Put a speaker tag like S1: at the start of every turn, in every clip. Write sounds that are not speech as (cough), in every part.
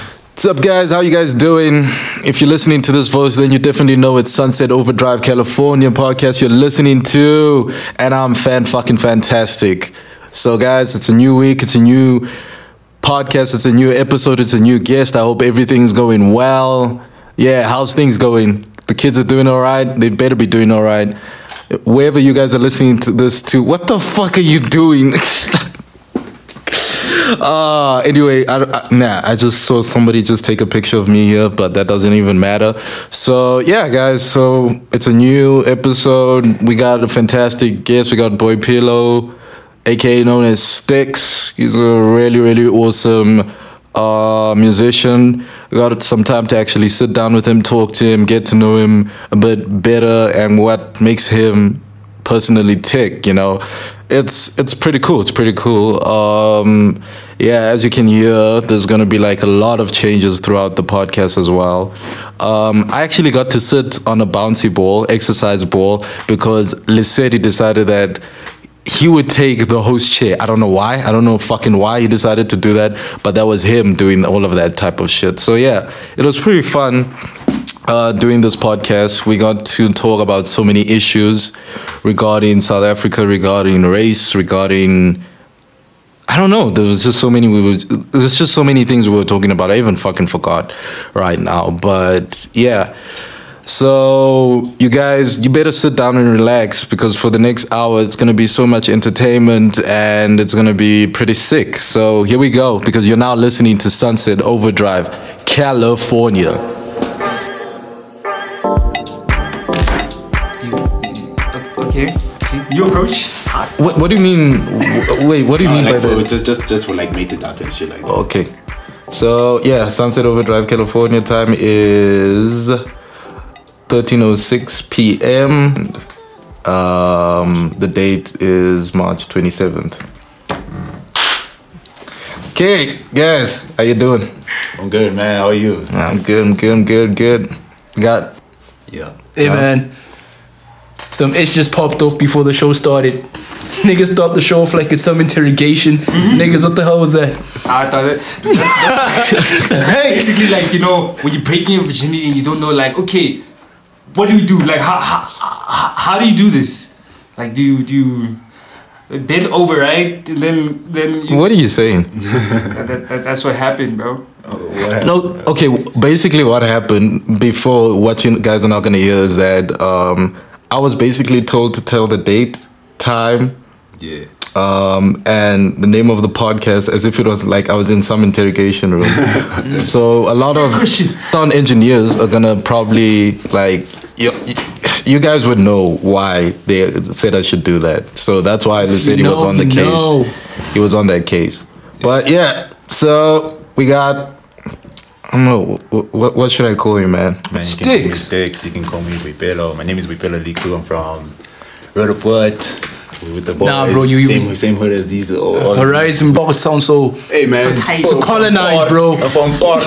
S1: What's up, guys? How you guys doing? If you're listening to this voice, then you definitely know it's Sunset Overdrive California podcast you're listening to, and I'm fan fucking fantastic. So, guys, it's a new week. It's a new podcast. It's a new episode. It's a new guest. I hope everything's going well. Yeah, how's things going? The kids are doing all right. They better be doing all right. Wherever you guys are listening to this, to what the fuck are you doing? (laughs) uh anyway I, I, nah i just saw somebody just take a picture of me here but that doesn't even matter so yeah guys so it's a new episode we got a fantastic guest we got boy pillow aka known as sticks he's a really really awesome uh musician we got some time to actually sit down with him talk to him get to know him a bit better and what makes him personally tick you know it's it's pretty cool it's pretty cool um yeah as you can hear there's gonna be like a lot of changes throughout the podcast as well um i actually got to sit on a bouncy ball exercise ball because lissetti decided that he would take the host chair. I don't know why. I don't know fucking why he decided to do that, but that was him doing all of that type of shit. So yeah, it was pretty fun uh, doing this podcast. We got to talk about so many issues regarding South Africa, regarding race, regarding I don't know. There was just so many. We were, there's just so many things we were talking about. I even fucking forgot right now. But yeah. So you guys, you better sit down and relax because for the next hour it's gonna be so much entertainment and it's gonna be pretty sick. So here we go because you're now listening to Sunset Overdrive, California.
S2: You, okay. You approach.
S1: What What do you mean? w- Wait, what do you mean by
S3: like for,
S1: that?
S3: just just just for like mated data and shit like that.
S1: Okay. So yeah, Sunset Overdrive California time is 13:06 p.m. Um, the date is March 27th. Okay, guys, how you doing?
S3: I'm good, man. How are you?
S1: I'm good. I'm good. I'm good. Good. Got
S3: Yeah.
S2: Hey man, some ish just popped off before the show started. Niggas start the show off like it's some interrogation.
S1: Mm-hmm.
S2: Niggas, what the hell was that?
S4: I thought that, that's-
S2: (laughs)
S4: that's basically like you know when you're breaking your virginity and you don't know like okay, what do you do? Like how how, how, how do you do this? Like do you do you bend over right? And then then you,
S1: what are you saying?
S4: that, that, that- that's what happened, bro.
S3: Oh, what
S1: No, okay. Basically, what happened before what you guys are not gonna hear is that um, I was basically told to tell the date, time,
S3: happened? Yeah.
S1: um, and the name of the podcast as if it was like I was in some interrogation room. so a lot of
S4: question.
S1: town engineers are gonna probably like you, you guys would know why they said I should do that. So that's why they said he was
S2: No,
S1: on the case.
S2: no.
S1: He was on that case. But yeah, so we got. I don't know what what should I call you, man?
S3: Man, you can call me
S2: Sticks.
S3: Sticks. You can call me Wipelo. My name is Wipelo Liku. I'm from Rodoport. With the boys.
S2: Nah, bro, you- you-
S3: same, same hood as these. All, all
S2: Horizon Box sounds so.
S3: Hey man,
S4: tight. So
S2: colonized, bro.
S3: I'm from Port.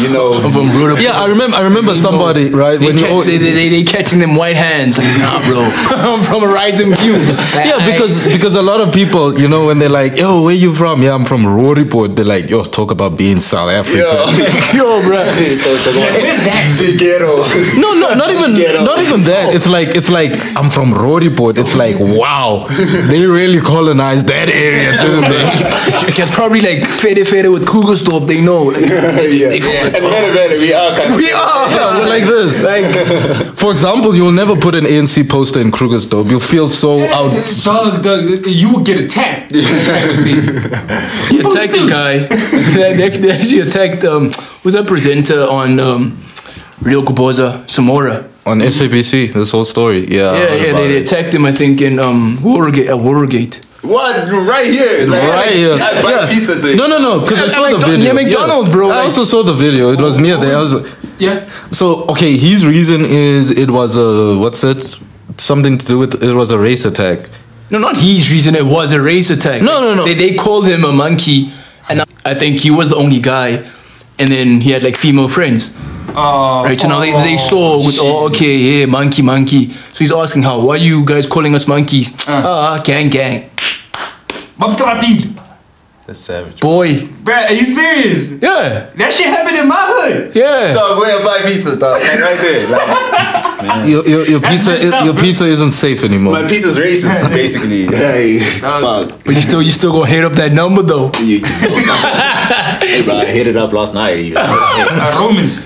S3: you know.
S2: I'm from
S3: (laughs)
S2: Rhoda.
S1: Yeah, I remember. I remember somebody right
S2: They,
S1: when you.
S2: catch,
S1: al-
S2: they, they, they, they catching them white hands. Like, nah,
S1: (laughs)
S2: bro. I'm from Horizon View. Like,
S1: yeah,
S2: I-
S1: because because a lot of people, you know, when they're like, "Yo, where you from?" Yeah, I'm from Roriport. They're like, "Yo, talk about being South Africa."
S2: yo, bro.
S3: Where's that? The ghetto.
S1: No, no, not (laughs) even
S3: Get up.
S1: not even that. It's like it's like I'm from Roriport. It's like wow, they really colonized that area, didn't they?
S2: (laughs) It's probably like faded, faded with Kugelstorp. They know. Like,
S3: yeah. And better, better. We are kind of.
S1: We are yeah, we're like this. for example, you'll never put an ANC poster in Krugersdorp. You'll feel so
S2: Oh.
S1: out.
S4: Dog, dog, you will get
S2: (laughs)
S4: attacked. Type of thing.
S2: He attacked the guy.
S1: (laughs)
S2: they, actually, they actually attacked um was that presenter on um Rio Kuboza, Samora.
S1: On SABC, this whole story. Yeah. I
S2: Yeah,
S1: heard
S2: yeah,
S1: Uh, about
S2: they, they
S1: it.
S2: attacked him I think in um Watergate at Watergate.
S3: What? Right here.
S1: Right, yeah.
S3: I buy
S1: yeah.
S3: pizza thing.
S1: No, no, no, because I
S2: At-
S1: saw
S2: at
S1: the
S2: McDo-
S1: video.
S2: near McDonald's, bro,
S1: I
S2: like-
S1: also saw the video. It was near
S4: Oh.
S1: there. I was,
S4: Yeah.
S1: so, okay, his reason is it was a, what's it? Something to do with, it was a race attack.
S4: Ah.
S2: No, not his reason. It was a race attack.
S1: No,
S2: Like,
S1: no, no.
S2: They, they called him a monkey, and I, I think he was the only guy. And then he had like female friends,
S4: Uh,
S2: right? So now they, they
S4: oh,
S2: saw, with, oh, okay, yeah, monkey, monkey. So he's asking how, why
S1: Uh.
S2: you guys calling us monkeys? Ah, gang, gang.
S4: Mam Trapil.
S3: That's savage.
S2: Boy.
S4: Bruh, are you serious?
S2: Yeah.
S4: That shit happened in my hood.
S2: Yeah.
S3: Dog, go and buy pizza, dog. Like right there. Like,
S1: Your, your, your pizza
S4: messed
S1: is,
S4: up,
S1: your
S4: bro.
S1: pizza isn't safe anymore.
S3: (laughs) my pizza's racist, basically. (laughs) Hey, fuck.
S2: But you still you still gonna hit up that number
S1: (laughs)
S2: though.
S3: You, (laughs) you hey, bro, I hit it up last night. You, hey,
S4: Uh, Romans.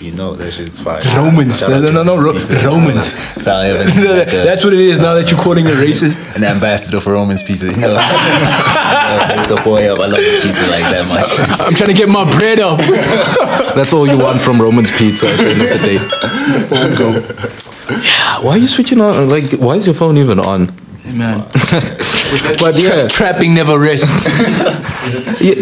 S3: you know that shit's fire.
S2: Romans.
S3: Shout
S2: No,
S3: out
S2: no,
S3: to
S2: no, no, Ro-
S3: pizza.
S2: Romans.
S3: Found (laughs) him like uh, a-
S2: That's what it is now that you're quoting a racist.
S3: an ambassador for Roman's pizza. You (laughs) know, Hit the boy up. I love your pizza like that (laughs) much.
S2: I'm trying to get my bread up.
S1: That's all you want from Roman's Pizza at the end of the day. Yeah, why are you switching on? Like, why is your phone even on? (laughs)
S2: Man.
S1: But yeah,
S2: Trapping never rests.
S1: yeah,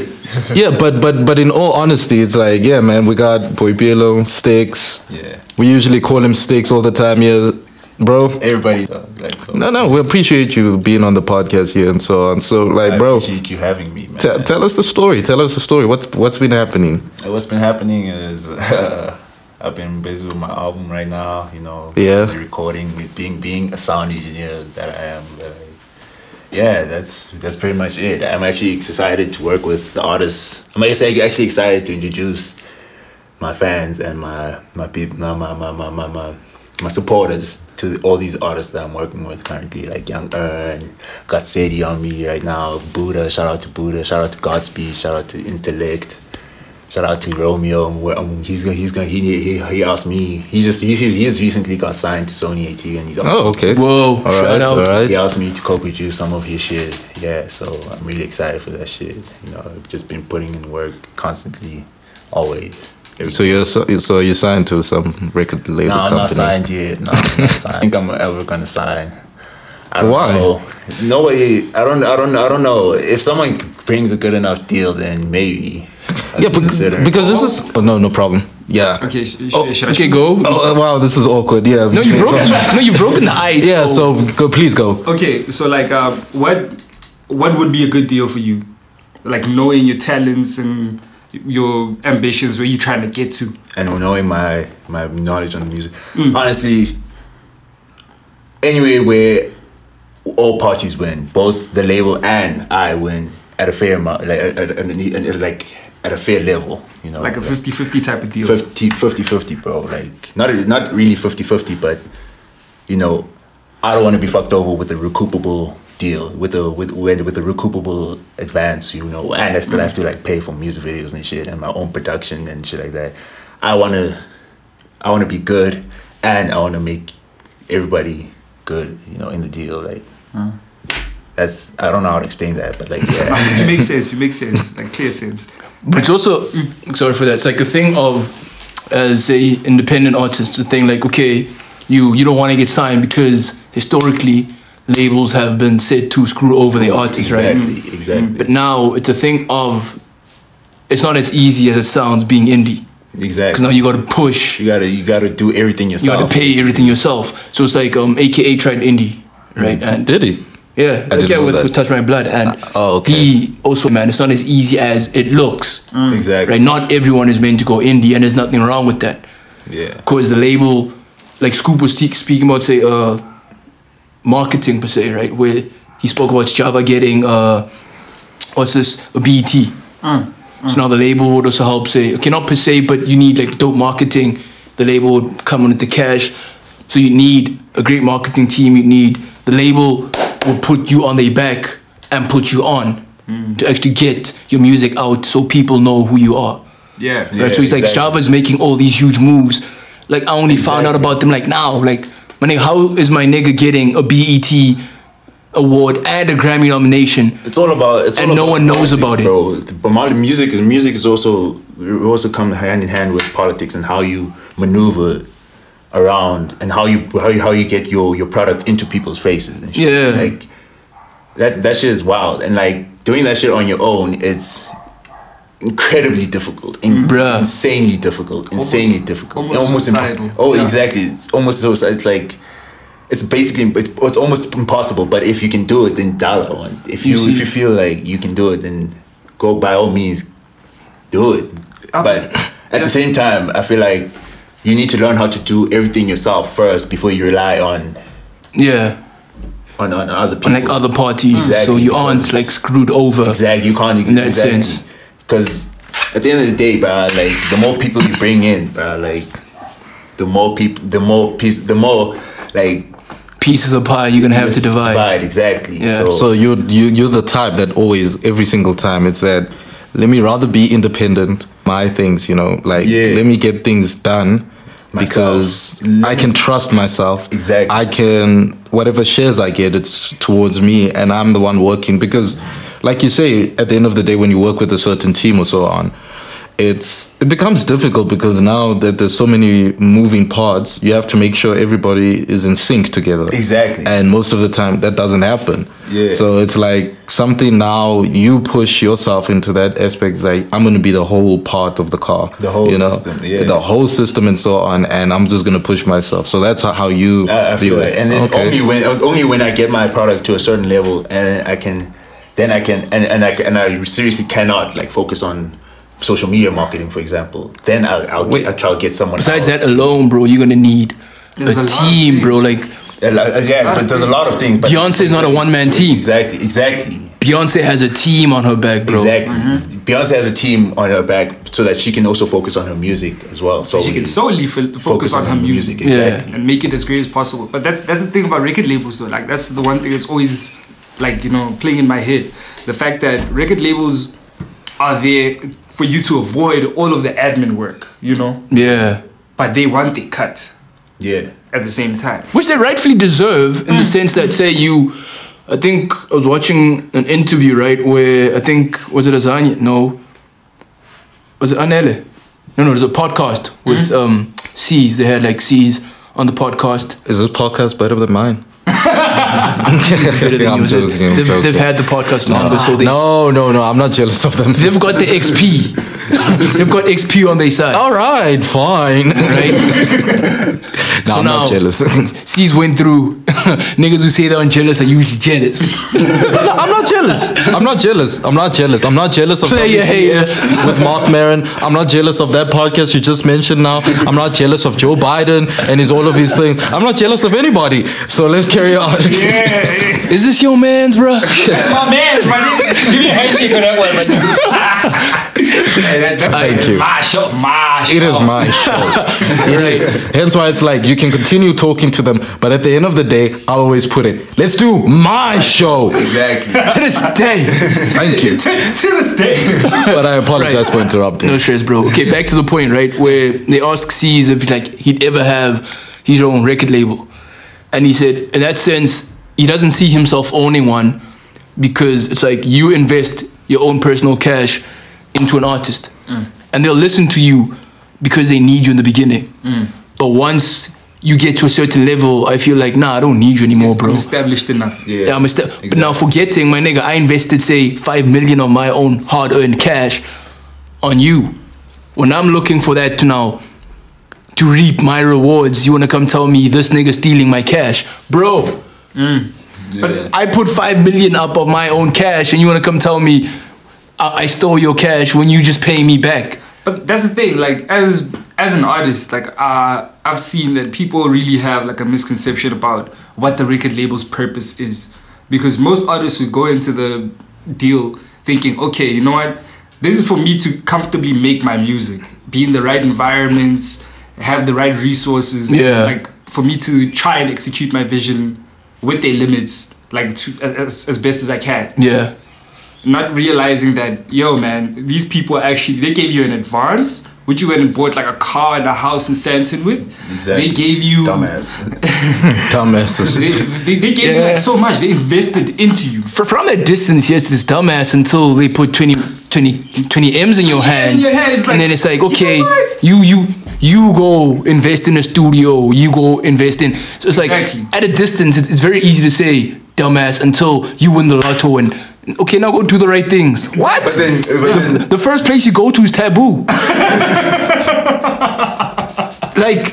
S1: yeah, but but but in all honesty, it's like, yeah, man, we got Boy Bielo, Sticks.
S3: Yeah.
S1: We usually call him Sticks all the time, yeah, bro.
S3: Everybody, dog, like, so.
S1: No, no, we appreciate you being on the podcast here and so on. So, like,
S3: I
S1: bro,
S3: appreciate you having me, man.
S1: t- tell us the story. Tell us the story. What what's been happening?
S3: What's been happening is (laughs) I've been busy with my album right now. You know,
S1: Yeah.
S3: busy recording, with being being a sound engineer that I am. That I, yeah, that's that's pretty much it. I'm actually excited to work with the artists. I'm actually actually excited to introduce my fans and my my people, my my my my my. my my supporters to all these artists that I'm working with currently, like Young Earn, Got Sadie on me right now, Buddha, shout out to Buddha, shout out to Godspeed, shout out to Intellect, Shout out to Romeo. Where, um, he's gonna, he's gonna, he, he he asked me. He just he, he just recently got signed to Sony ATV, and he's also,
S1: Oh, okay.
S2: Whoa,
S1: All right,
S2: shout out.
S1: All right.
S3: he asked me to co-produce some of his shit. Yeah, so I'm really excited for that shit. You know, I've just been putting in work constantly, always.
S1: So you're so, so you're signed to some record label
S3: no, I'm
S1: company.
S3: not signed yet. No, I'm not (laughs) signed. I think I'm ever gonna sign. I don't
S1: Why?
S3: Know. Nobody. I don't. I don't. I don't know. If someone brings a good enough deal, then maybe. I'd
S1: Yeah, because,
S3: consider it.
S1: because this is oh, no no problem. Yeah.
S4: Okay, sh- sh-
S1: Oh,
S4: should I
S2: Okay, go.
S1: Oh, uh, wow, this is awkward. Yeah.
S2: No, you've broken No, you've broken the ice.
S1: Yeah. So go, please go.
S4: Okay, so like, uh, what what would be a good deal for you? Like knowing your talents and your ambitions, where you trying to get to.
S3: and knowing my my knowledge on the music. Honestly, anyway, where all parties win, both the label and I win at a fair amount, like at, at, at- at- like at a fair level, you know,
S4: Like a 50-50 type of deal.
S3: 50 50 bro. Like not not really 50 50, but you know, I don't want to be fucked over with a recoupable deal with a with with with a recoupable advance, you know, and I still have to like pay for music videos and shit and my own production and shit like that. I want to I want to be good and I want to make everybody good, you know, in the deal like
S2: Hmm.
S3: That's I don't know how to explain that, but
S2: (laughs)
S3: like yeah,
S4: you make sense. You make sense. Like clear sense.
S2: But it's also mm, sorry for that. It's like a thing of, uh, say, independent artists. A thing like, okay, you you don't want to get signed because historically labels have been said to screw over the artists, right? Hmm.
S3: exactly, exactly,
S2: But now it's a thing of, it's not as easy as it sounds being indie because
S3: exactly.
S2: now you got to push,
S3: you gotta you gotta do everything
S2: you
S3: yourself.
S2: got to pay everything yourself. So it's like, um, AKA tried indie, right? And
S1: Did he? Mm.
S2: Yeah,
S1: I
S2: like
S1: didn't
S2: yeah,
S1: know
S2: with,
S1: that.
S2: with Touch My Blood and
S1: oh, okay.
S2: he also man, it's not as easy as it looks.
S3: Mm. Exactly.
S2: Right, not everyone is meant to go indie, and there's nothing wrong with that.
S3: Yeah.
S2: Cause the label, like Scoop was te- speaking about, say, uh, marketing per se, right? Where he spoke about Java getting uh, what's this a BET. So now the label would also help say, okay, not per se, but you need like dope marketing. The label would come in with the cash. So you need a great marketing team. You need the label will put you on their back and put you on to actually get your music out so people know who you are.
S4: Yeah.
S2: right? So he's like,
S3: exactly.
S2: Java's making all these huge moves. Like I only found out about them like now. Like my nigga, how is my nigga getting a BET award and a Grammy nomination?
S3: It's all about it's
S2: And
S3: all
S2: no
S3: about
S2: one knows about it.
S3: bro. it. But modern music is music is also it also come hand in hand with politics and how you maneuver around and how you how you, how you get your your product into people's faces and shit.
S2: Yeah.
S3: Like that that shit is wild and like doing that shit on your own it's incredibly difficult in,
S2: Mm-hmm. Bruh.
S3: insanely difficult insanely difficult
S4: almost
S3: imp-
S4: suicidal.
S3: oh
S4: Yeah.
S3: exactly it's almost suicide it's like it's basically it's, it's almost impossible but if you can do it then dollar one if you, if you feel like you can do it then go by all means do it
S4: Okay.
S3: but at the same time i feel like you need to learn how to do everything yourself first before you rely on
S2: Yeah.
S3: on, on other people.
S2: Unlike other parties,
S3: Exactly,
S2: so you aren't
S3: because-
S2: like screwed over.
S3: Exactly. You can't
S2: In that
S3: exactly.
S2: sense.
S3: Because at the end of the day, bro, like the more people you bring in, bro, like the more people, the more peace, the more like
S2: Pieces of pie you're gonna have to
S3: it's
S2: divide.
S3: Exactly.
S2: Yeah.
S3: So,
S1: So you you you're the type that always every single time it's that let me rather be independent, my things, you know, like
S3: Yeah.
S1: let me get things done
S3: Myself.
S1: because I can trust myself.
S3: Exactly.
S1: I can whatever shares I get, it's towards me and I'm the one working because like you say, at the end of the day when you work with a certain team or so on, it's it becomes difficult because now that there's so many moving parts, you have to make sure everybody is in sync together.
S3: Exactly.
S1: And and most of the time that doesn't happen.
S3: Yeah.
S1: So it's like something now you push yourself into that aspect. it's Like I'm gonna be the whole part of the car.
S3: The whole
S1: you know?
S3: system, yeah.
S1: The whole system and so on, and I'm just gonna push myself. So that's how, how you
S3: I, I
S1: view
S3: feel it.
S1: it.
S3: And then
S1: okay.
S3: only when only when I get my product to a certain level and I can then I can and, and I can, and I seriously cannot like focus on social media marketing for example. Then I'll I'll,
S1: Wait.
S3: I'll try to get someone
S2: Besides
S3: else.
S2: that alone, bro, you're gonna need
S4: There's a
S2: a
S4: lot of
S2: team, bro. Like
S3: Yeah, like- yeah, but there's a lot of things. But
S2: Beyonce is not a one-man team.
S3: Exactly, exactly,
S2: Beyonce has a team on her back, bro.
S3: exactly. Beyonce has a team on her back so that she can also focus on her music as well. So
S4: she
S3: we
S4: can solely f- focus, on, her music,
S3: Exactly.
S4: and make it as great as possible. But that's that's the thing about record labels, though. Like that's the one thing that's always like you know playing in my head, the fact that record labels are there for you to avoid all of the admin work, you know,
S2: Yeah.
S4: but they want the cut
S3: Yeah.
S4: at the same time.
S2: which they rightfully deserve in the sense that say you I think I was watching an interview right where I think was it Azania no was it Anele no no there's a podcast with um C's they had like C's on the
S1: (laughs)
S2: podcast
S1: Is this podcast better than mine?
S2: better
S1: (laughs)
S2: than
S1: I'm
S2: yours.
S1: joking, I'm
S2: they've,
S1: joking.
S2: they've had the podcast longer so they
S1: no, no, no. I'm not jealous of
S2: (laughs)
S1: them.
S2: they've got
S1: (laughs)
S2: the XP they've got XP on their side
S1: All right, (laughs) fine. no,
S2: right So
S1: I'm
S2: now-
S1: not jealous. (laughs)
S2: C's went through (laughs) niggas who say they're jealous are usually
S1: (laughs)
S2: jealous
S1: No, I'm not jealous. I'm not jealous. I'm not jealous. I'm not jealous of
S2: Player hater.
S1: WTF with Mark Maron. I'm not jealous of that podcast you just mentioned now. I'm not jealous of Joe Biden and his all of his things. I'm not jealous of anybody. So let's carry on.
S3: (laughs)
S4: Yeah,
S2: is this your man's bruh
S4: (laughs) my man, my nigga. Give me a handshake on that one, my nigga. Hey, that- that's-
S1: Thank you.
S4: My show, my
S1: (laughs)
S4: show.
S1: It is my show. It is. Hence why it's like you can continue talking to them, but at the end of the day, I'll always put it. Let's do my show.
S2: (laughs)
S3: Exactly.
S2: (laughs) to this day
S1: Thank you.
S4: (laughs) to this day.
S1: But I apologize for interrupting.
S2: No stress, bro. Okay, back to the point, right? Where they asked C's if like he'd ever have his own record label, and he said, in that sense, he doesn't see himself owning one because it's like you invest your own personal cash into an artist, and they'll listen to you because they need you in the beginning. But once you get to a certain level, I feel like, nah, I don't need you anymore, bro.
S4: I'm established enough.
S3: Yeah.
S2: Yeah, I'm a step. But now forgetting, my nigga, I invested say five million of my own hard-earned cash on you. When I'm looking for that to now to reap my rewards, you wanna come tell me this nigga stealing my cash, bro? I put five million up of my own cash, and you wanna come tell me I, I stole your cash when you just pay me back?
S4: But that's the thing, like as as an artist, like uh, I've seen that people really have like a misconception about what the record label's purpose is, because most artists would go into the deal thinking, okay, you know what, this is for me to comfortably make my music, be in the right environments, have the right resources,
S2: Yeah.
S4: like for me to try and execute my vision with their limits, like to, as, as best as I can
S2: Yeah,
S4: not realizing that yo man these people actually they gave you an advance which you went and bought like a car and a house in Santon with
S3: Exactly.
S4: they gave you
S3: Dumbass.
S1: Dumbasses.
S4: they, they, they gave you
S2: Yeah.
S4: like so much they invested into you
S2: Fr- from that distance, yes, this dumbass until they put 20, 20, 20 M's in your
S4: Yeah, in
S2: hands.
S4: your hand, it's like,
S2: and then it's like,
S4: you know
S2: okay,
S4: what?
S2: you, you, you go invest in a studio, you go invest in. So it's like,
S4: Exactly.
S2: at a distance, it's, it's very easy to say dumbass until you win the lotto and, okay, now go do the right things. What?
S3: But
S4: uh,
S3: then, but then
S2: the first place you go to
S4: (laughs)
S2: is taboo. like,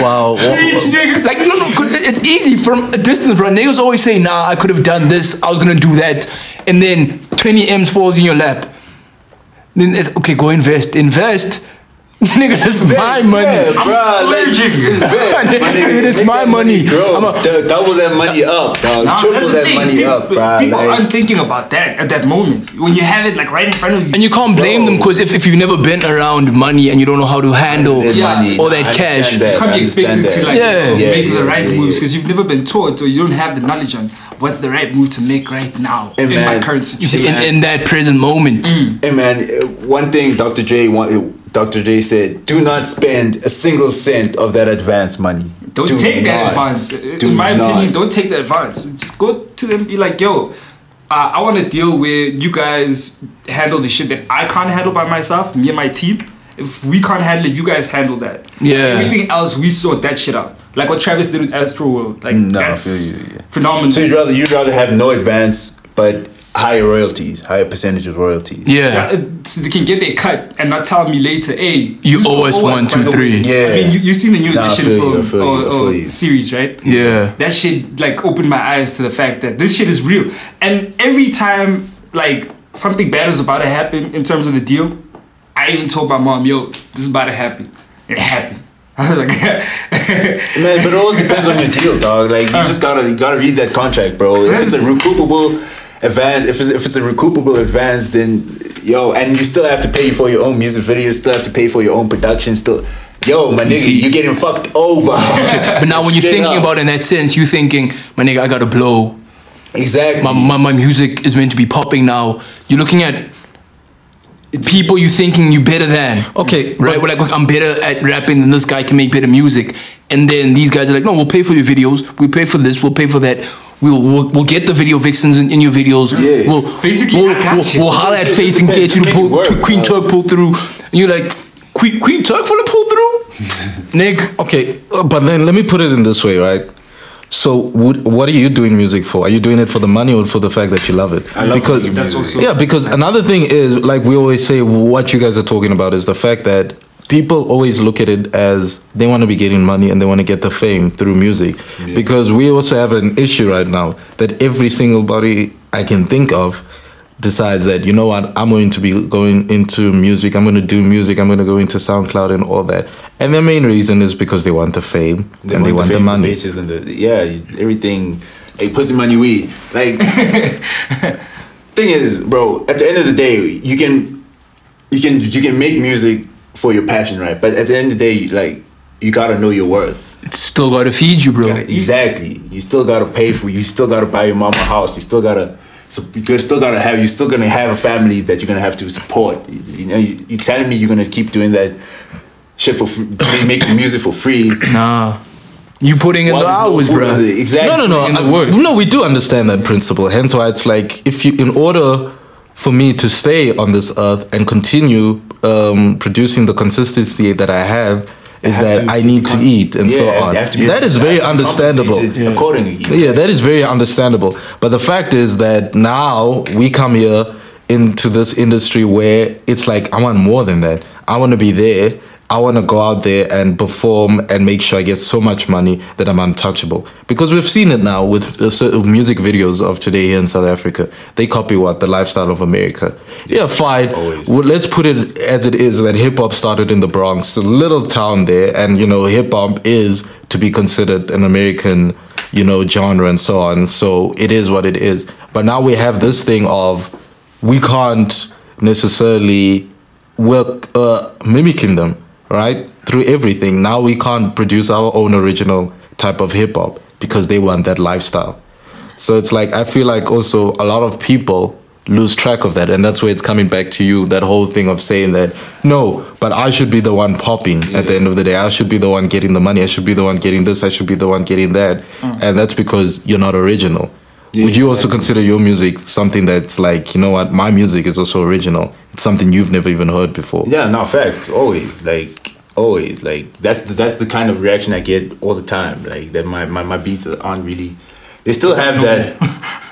S1: Wow.
S2: like no, no, 'cause it- it's easy from a distance, bro. Niggas always say, "Nah, I could have done this. I was gonna do that," and then 20 m's falls in your lap. Then it, okay, go invest, (laughs) invest, nigga, that's my money.
S3: Yeah,
S4: I'm
S3: bruh, like,
S4: splurging.
S3: Invest, my nigga.
S2: It's
S3: Make
S2: my
S3: that
S2: money.
S3: grow.
S2: I'm a-
S3: Du- double that money up, dog.
S4: Nah,
S3: (laughs) Triple
S4: that's the
S3: that
S4: thing.
S3: money
S4: people,
S3: up, bruh.
S4: People
S3: like-
S4: aren't thinking about that at that moment when you have it like right in front of you.
S2: And you can't blame them because if, if you've never been around money and you don't know how to handle
S3: That
S4: Yeah.
S3: money.
S2: all
S3: I
S2: that
S3: understand
S2: cash,
S3: that,
S4: You can't
S3: I
S4: be expected
S3: understand
S4: to
S3: that.
S4: like
S2: Yeah.
S4: you know,
S3: Yeah,
S4: make
S3: yeah,
S4: the right
S3: yeah,
S4: moves
S3: yeah.
S4: because you've never been taught or you don't have the knowledge on what's the right move to make right now
S3: And
S4: in
S3: man,
S4: my current
S2: you see,
S4: situation.
S2: in, in that present moment,
S3: Hey man, uh, one thing Dr. J one, Dr. J said, do not spend a single cent of that advance money.
S4: don't
S3: Do
S4: take that
S3: not.
S4: advance. Uh,
S3: Do
S4: in my
S3: not.
S4: opinion, don't take that advance. Just go to them be like, yo, uh, I want to deal where you guys handle the shit that I can't handle by myself, me and my team. If we can't handle it, you guys handle that.
S2: Yeah.
S4: Everything else, we sort that shit out. Like what Travis did with Astro World. Like,
S3: I
S4: that's
S3: feel you, yeah.
S4: phenomenal.
S3: So you'd rather you'd rather have no advance but higher royalties, higher percentage of royalties.
S2: yeah,
S4: Yeah, so they can get their cut and not tell me later, hey,
S2: You
S4: still
S2: owe us one,
S4: by
S2: two,
S4: the
S2: three."
S4: way."
S3: Yeah.
S4: I mean, you, you've seen the new
S3: Nah, I
S4: edition
S3: feel you, I
S4: film
S3: feel you, I feel
S4: or,
S3: you.
S4: or series, right?
S2: yeah.
S4: That shit like opened my eyes to the fact that this shit is real. And every time like something bad is about to happen in terms of the deal, I even told my mom, yo, this is about to happen. It happened. (laughs) I was like,
S3: Man, but it all depends on your deal, dog. Like you just gotta you gotta read that contract, bro. If it's a recoupable advance, if it's if it's a recoupable advance, then yo, and you still have to pay for your own music videos, still have to pay for your own production, still. Yo, my nigga,
S2: see-
S3: you're getting fucked over.
S2: But now,
S3: (laughs)
S2: when you're
S3: Straight
S2: thinking
S3: up.
S2: about it in that sense, you're thinking, my nigga, I gotta blow.
S3: exactly,
S2: My, my, my music is meant to be popping now. You're looking at people you thinking you better than.
S1: Okay,
S2: Right? We're like, look, I'm better at rapping than this guy can make better music. And then these guys are like, no, we'll pay for your videos. We pay for this. We'll pay for that. We'll, we'll, we'll get the video vixens in, in your videos.
S3: Yeah.
S2: We'll,
S4: Basically,
S2: we'll,
S4: I got
S2: we'll,
S4: you.
S2: we'll holler at
S3: It
S2: Faith and
S3: depends.
S2: get you to
S3: Make it
S2: pull,
S3: work,
S2: to Queen
S3: man.
S2: Turk pull through. And you're like, Queen, Queen Turk for the pull
S4: (laughs)
S2: through? Nigga.
S1: Okay, uh, but then let me put it in this way, right? So, would, what are you doing music for? Are you doing it for the money or for the fact that you love it?
S3: I love making
S4: That's music. also-
S1: yeah. Because another thing is, like we always say, what you guys are talking about is the fact that people always look at it as they want to be getting money and they want to get the fame through music. Because we also have an issue right now that every single body I can think of decides that you know what I'm going to be going into music. I'm going to do music. I'm going to go into SoundCloud and all that. And their main reason is because they want the fame and they want the
S3: fame,
S1: money.
S3: bitches and the yeah, everything. Like pussy money weed. Like
S1: (laughs)
S3: thing is, bro. At the end of the day, you can, you can, you can make music for your passion, right? But at the end of the day, like you gotta know your worth.
S2: Still gotta feed you, bro.
S4: Gotta eat.
S3: Exactly. You still gotta pay for. You still gotta buy your mom a house. You still gotta. So you could- still gotta have. You're still gonna have a family that you're gonna have to support. You, you know, you, you're telling me you're gonna keep doing that shit for free, making music
S1: (clears throat)
S3: for free.
S2: Nah. You putting in
S3: While
S2: the
S3: there's no
S2: hours,
S3: food
S2: bro.
S3: on the- Exactly.
S1: No, no, no.
S2: in the
S1: I-
S2: work.
S1: no, we do understand that principle. Hence why it's like if you, in order for me to stay on this earth and continue um, producing the consistency that I have, is
S3: have
S1: that
S3: to
S1: I need to
S3: cons-
S1: eat and so
S3: Yeah,
S1: on.
S3: they have to be-
S1: that is
S3: they
S1: very
S3: have to be
S1: understandable.
S3: compensated Accordingly.
S1: Yeah, that is very understandable. But the fact is that now we come here into this industry where it's like I want more than that. I want to be there. I want to go out there and perform and make sure I get so much money that I'm untouchable. Because we've seen it now with uh, sort of music videos of today here in South Africa. They copy what the lifestyle of America. Yeah, fine.
S3: always.
S1: Well, let's put it as it is that hip hop started in the Bronx, a little town there, and you know hip hop is to be considered an American you know, genre and so on. So it is what it is. But now we have this thing of we can't necessarily work uh, mimicking them, right? Through everything. Now we can't produce our own original type of hip hop because they want that lifestyle. So it's like I feel like also a lot of people lose track of that and that's where it's coming back to you that whole thing of saying that no but i should be the one popping at the end of the day i should be the one getting the money i should be the one getting this i should be the one getting that and that's because you're not original would you also consider your music something that's like you know what my music is also original it's something you've never even heard before
S3: Yeah, no facts. Always like always like that's the, that's the kind of reaction I get all the time. Like that my my, my beats aren't really. They still have that.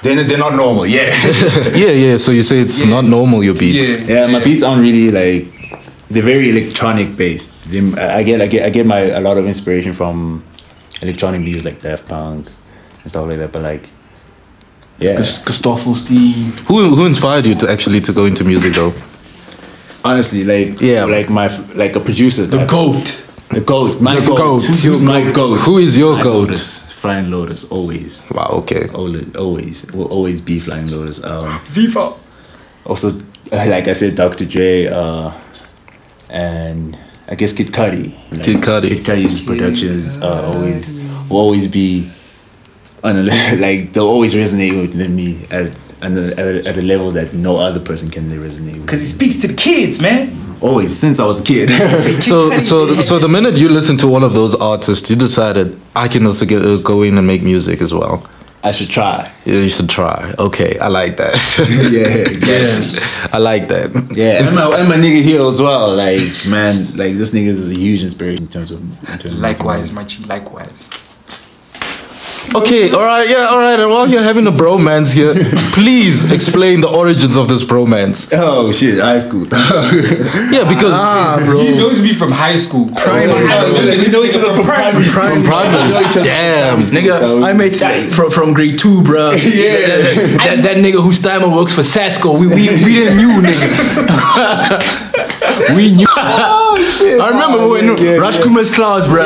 S3: (laughs) They're, they're not normal. Yeah.
S1: (laughs) yeah yeah so you say it's not normal your beat
S4: yeah.
S3: (laughs) yeah, my beats aren't really like. They're very electronic based. Them- I I get I get I get my a lot of inspiration from electronic music like Daft Punk and stuff like that. But like, yeah.
S2: Gustavo Steen.
S1: who who inspired you to actually to go into music though
S3: Honestly, like
S1: Yeah.
S3: like my like a producer,
S2: The
S3: type.
S2: goat.
S3: the goat, my
S1: The
S3: goat,
S1: goat.
S3: who's
S1: Your
S3: my
S1: goat.
S3: goat?
S1: Who is your
S3: Flying
S1: goat?
S3: Lotus. Flying Lotus, always,
S1: Wow. Okay.
S3: always, always, will always be Flying Lotus. Um,
S4: FIFA.
S3: also, uh, like I said, Dr. Dre, uh, and I guess Kid Cudi. Like,
S1: Kid Cudi.
S3: Kid Cudi's productions are always will always be on a, (laughs) le- like they'll always resonate with me at at a, at a- at a level that no other person can resonate with.
S4: Because he speaks to the kids, man.
S3: Always since I was a kid. (laughs)
S1: So so so the minute you listen to one of those artists, you decided I can also get, uh, go in and make music as well.
S3: I should try.
S1: Yeah, you should try. Okay, I like that. (laughs)
S3: Yeah, exactly.
S1: I like that.
S3: Yeah, and my, and my nigga here as well. Like, man, like this nigga is a huge inspiration in terms of. In terms of
S4: Likewise, my G, likewise.
S1: Okay, all right, yeah, all right. And while you're having a bromance here, please explain the origins of this bromance.
S3: Oh shit! High school. (laughs)
S1: Yeah, because
S4: He
S3: Mm.
S4: knows me from high
S3: Oh,
S4: school. I remember this nigga from primary.
S1: from primary, damn, nigga.
S2: I made that from, from grade two,
S1: (laughs)
S2: bro. yeah. That, that, that nigga whose timer works for Sasco. We, we, we didn't knew,
S1: (laughs)
S2: nigga. we knew. I remember when Raj Kumar's class, bro.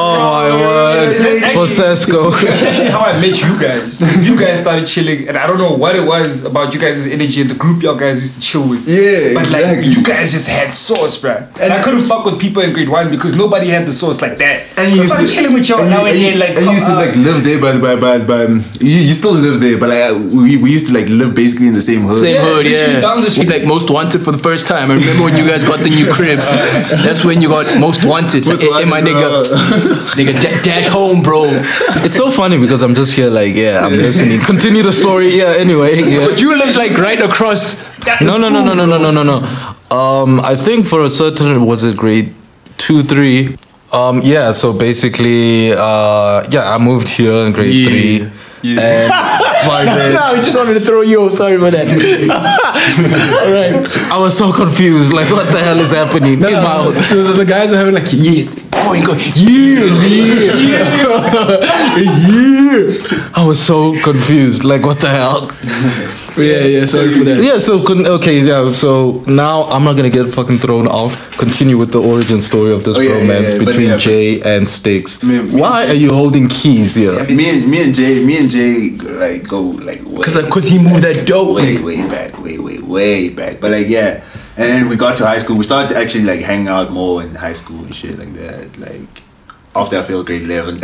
S1: Oh, I won for Sesco.
S4: That's how I met you
S3: (laughs)
S4: guys. 'Cause You guys started chilling, and I don't know what it was about you guys' energy and the group y'all guys used to chill with.
S3: Yeah,
S4: but like
S3: exactly.
S4: you guys just had sauce, bruh. And I couldn't fuck with people in grade one because nobody had the sauce like that.
S3: And you
S4: I
S3: used
S4: started
S3: to
S4: chilling with y'all
S3: and you-
S4: now and,
S3: and
S4: then,
S3: you-
S4: like uh,
S3: and you used to
S4: come
S3: like
S4: up.
S3: live there, but but but but um, you, you still live there. But like we, we used to like live basically in the same hood.
S2: Same
S4: Yeah,
S2: hood,
S4: literally
S2: yeah.
S4: down the street.
S2: We, like most wanted for the first time. I remember when you guys got the new crib. That's when you got most wanted.
S3: Most
S2: and, and my
S3: wanted,
S2: nigga, nigga da- dash home, bro.
S1: It's so funny because I'm just here, like, yeah, I'm listening. Continue the story. Yeah, anyway. Yeah.
S2: But you lived like right across.
S1: No, no, no, no, no, no, no, no, no. Um, I think for a certain was it grade two, three. Um, yeah. So basically, uh, yeah, I moved here in grade three.
S2: (laughs)
S1: And my grade-
S2: I just wanted to throw you. off. Sorry
S1: (laughs)
S2: for that.
S1: I was so confused. Like, what the hell is happening? in my
S2: Wow. So the, the guys are having like yeah,
S1: Oh,
S2: boing, go, yeah, yeah,
S1: (laughs) I was so confused. Like, what the hell?
S2: yeah, yeah.
S3: (laughs)
S2: Sorry for that.
S1: Yeah. So con- okay. Yeah. So now I'm not gonna get fucking thrown off. Continue with the origin story of this
S3: Oh, yeah, yeah,
S1: romance
S3: yeah, but
S1: between
S3: yeah.
S1: Jay and Sticks.
S3: Me- me-
S1: Why are you holding keys here?
S3: Me and me and Jay, me and Jay, like go like way-
S2: Cause, like, cause he moved that dope.
S3: Oh, way way back, way way way back. But like yeah, and then we got to high school. We started to actually like hang out more in high school and shit like that. Like after I failed grade eleven, (laughs)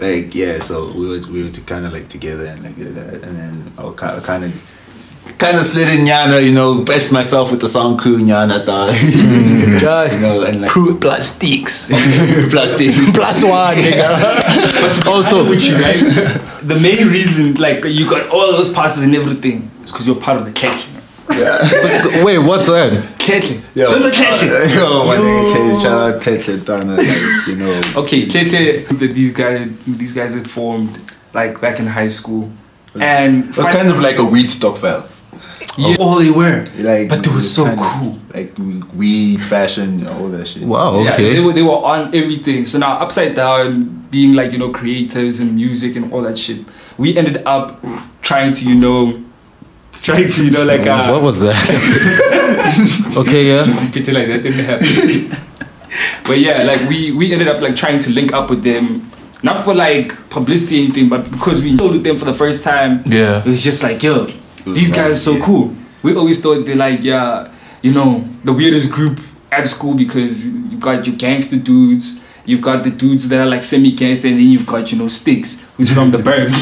S3: like yeah. So we were we were to kind of like together and like did that, and then I kind of kind of. Kind of slid in Yana, you know, bashed myself with the song crew Yana thought. (laughs)
S2: Just
S3: You know, and like-
S2: crew plastics.
S3: (laughs) Plastic.
S2: Plus one, nigga.
S4: also with you, right? the main reason, like, you got all those passes and everything, is because you're part of the catch.
S1: But, wait, what's that?
S4: Catching.
S3: Yo,
S4: Don't catch it.
S3: (laughs) Yo, my nigga, Ted, shout out Ted Santana, like, you know.
S4: Okay, Tete, that these guys, these guys had formed like back in high school, and
S3: It was kind of like a weed stock fell.
S4: yeah, all they were,
S3: Like,
S4: but they were so
S3: kind of-
S4: cool.
S3: Like weed, fashion, you know, all that shit.
S1: Wow.
S4: Yeah, they
S1: Okay.
S4: were, they were on everything. So now upside down, being like you know creatives and music and all that shit, we ended up trying to you know, trying to you know like uh,
S1: What was that? (laughs) okay. Yeah.
S4: pretend like that didn't happen. but yeah, like we we ended up like trying to link up with them, not for like publicity or anything, but because we told with them for the first time.
S1: Yeah.
S4: it was just like yo, these
S3: mad,
S4: guys are so
S3: yeah.
S4: cool. We always thought they're like yeah, you know, the weirdest group at school because you got your gangster dudes. You've got the dudes that are like semi-gangster, and then you've got you know Sticks, who's from the burbs.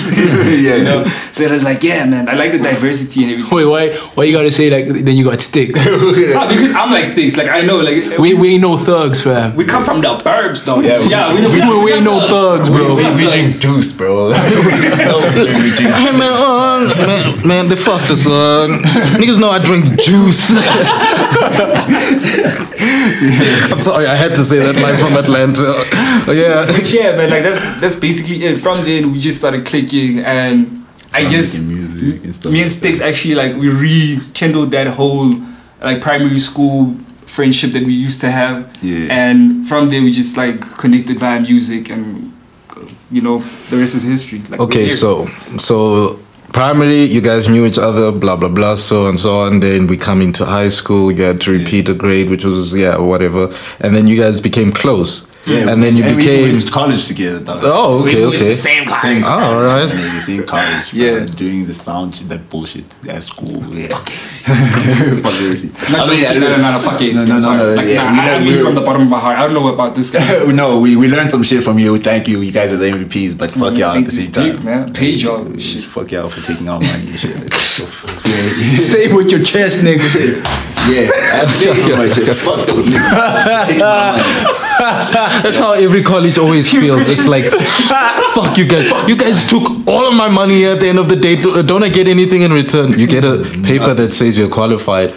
S3: Yeah.
S4: (laughs) you know? So it was like, yeah, man, I like the diversity and
S2: (laughs)
S4: everything.
S2: Wait, why? Why you gotta say like? Then you got sticks.
S4: Ah, because I'm like Sticks, like I know, like
S2: We, we ain't no thugs,
S1: (laughs)
S2: fam.
S4: We come from the burbs, though. Yeah,
S3: we-
S4: yeah we,
S2: We, we ain't no thugs, bro.
S3: We, we drink juice, bro. (laughs) No, we drink, we drink.
S1: Hey man, uh, man, man, they fucked us, uh, niggas know I drink juice. I'm sorry, I had to say that line from Atlanta. Oh, yeah,
S4: But yeah, man, like that's that's basically it. From then, we just started clicking, and I guess
S3: making music and stuff
S4: me
S3: like
S4: and Sticks actually like we rekindled that whole like primary school friendship that we used to have.
S3: Yeah.
S4: And from there, we just like connected via music, and you know, the rest is history. Like we're
S1: Okay,
S4: here.
S1: so so primary, you guys knew each other, blah blah blah, so and so on. Then we come into high school, you had to repeat a grade, which was yeah, whatever. And then you guys became close, and then you
S3: and we
S1: became
S3: went to college together. though.
S1: oh okay
S4: We went to
S1: okay.
S4: the same class.
S3: Same college.
S1: all right.
S3: And then the same college.
S2: Yeah.
S3: Yeah. Doing the sound shit, that bullshit at school. Yeah. (laughs) Fuck AC.
S4: No,
S3: I mean, I
S4: no, no,
S3: don't-
S4: no, no, fuck it.
S3: No, no, no, no,
S4: Like,
S3: yeah,
S4: nah,
S3: we
S4: I
S3: know
S4: don't mean
S3: we're-
S4: from the bottom of my heart. I don't know about this
S3: (laughs)
S4: guy.
S3: no, we, we learned some shit from you. Thank you. You guys are the MVPs, but fuck y'all at
S4: think
S3: the
S4: he's
S3: same
S4: big,
S3: time.
S4: man. Pay y'all.
S3: Shit, fuck y'all for taking our money and shit.
S2: Say with your chest, nigga.
S3: yeah, I'm saying for my shit. Fuck those niggas. Take my money.
S1: That's how every college always feels. It's like, fuck you guys. You guys took all of my money at the end of the day. Do- Don't I get anything in return? You get a paper that says you're qualified.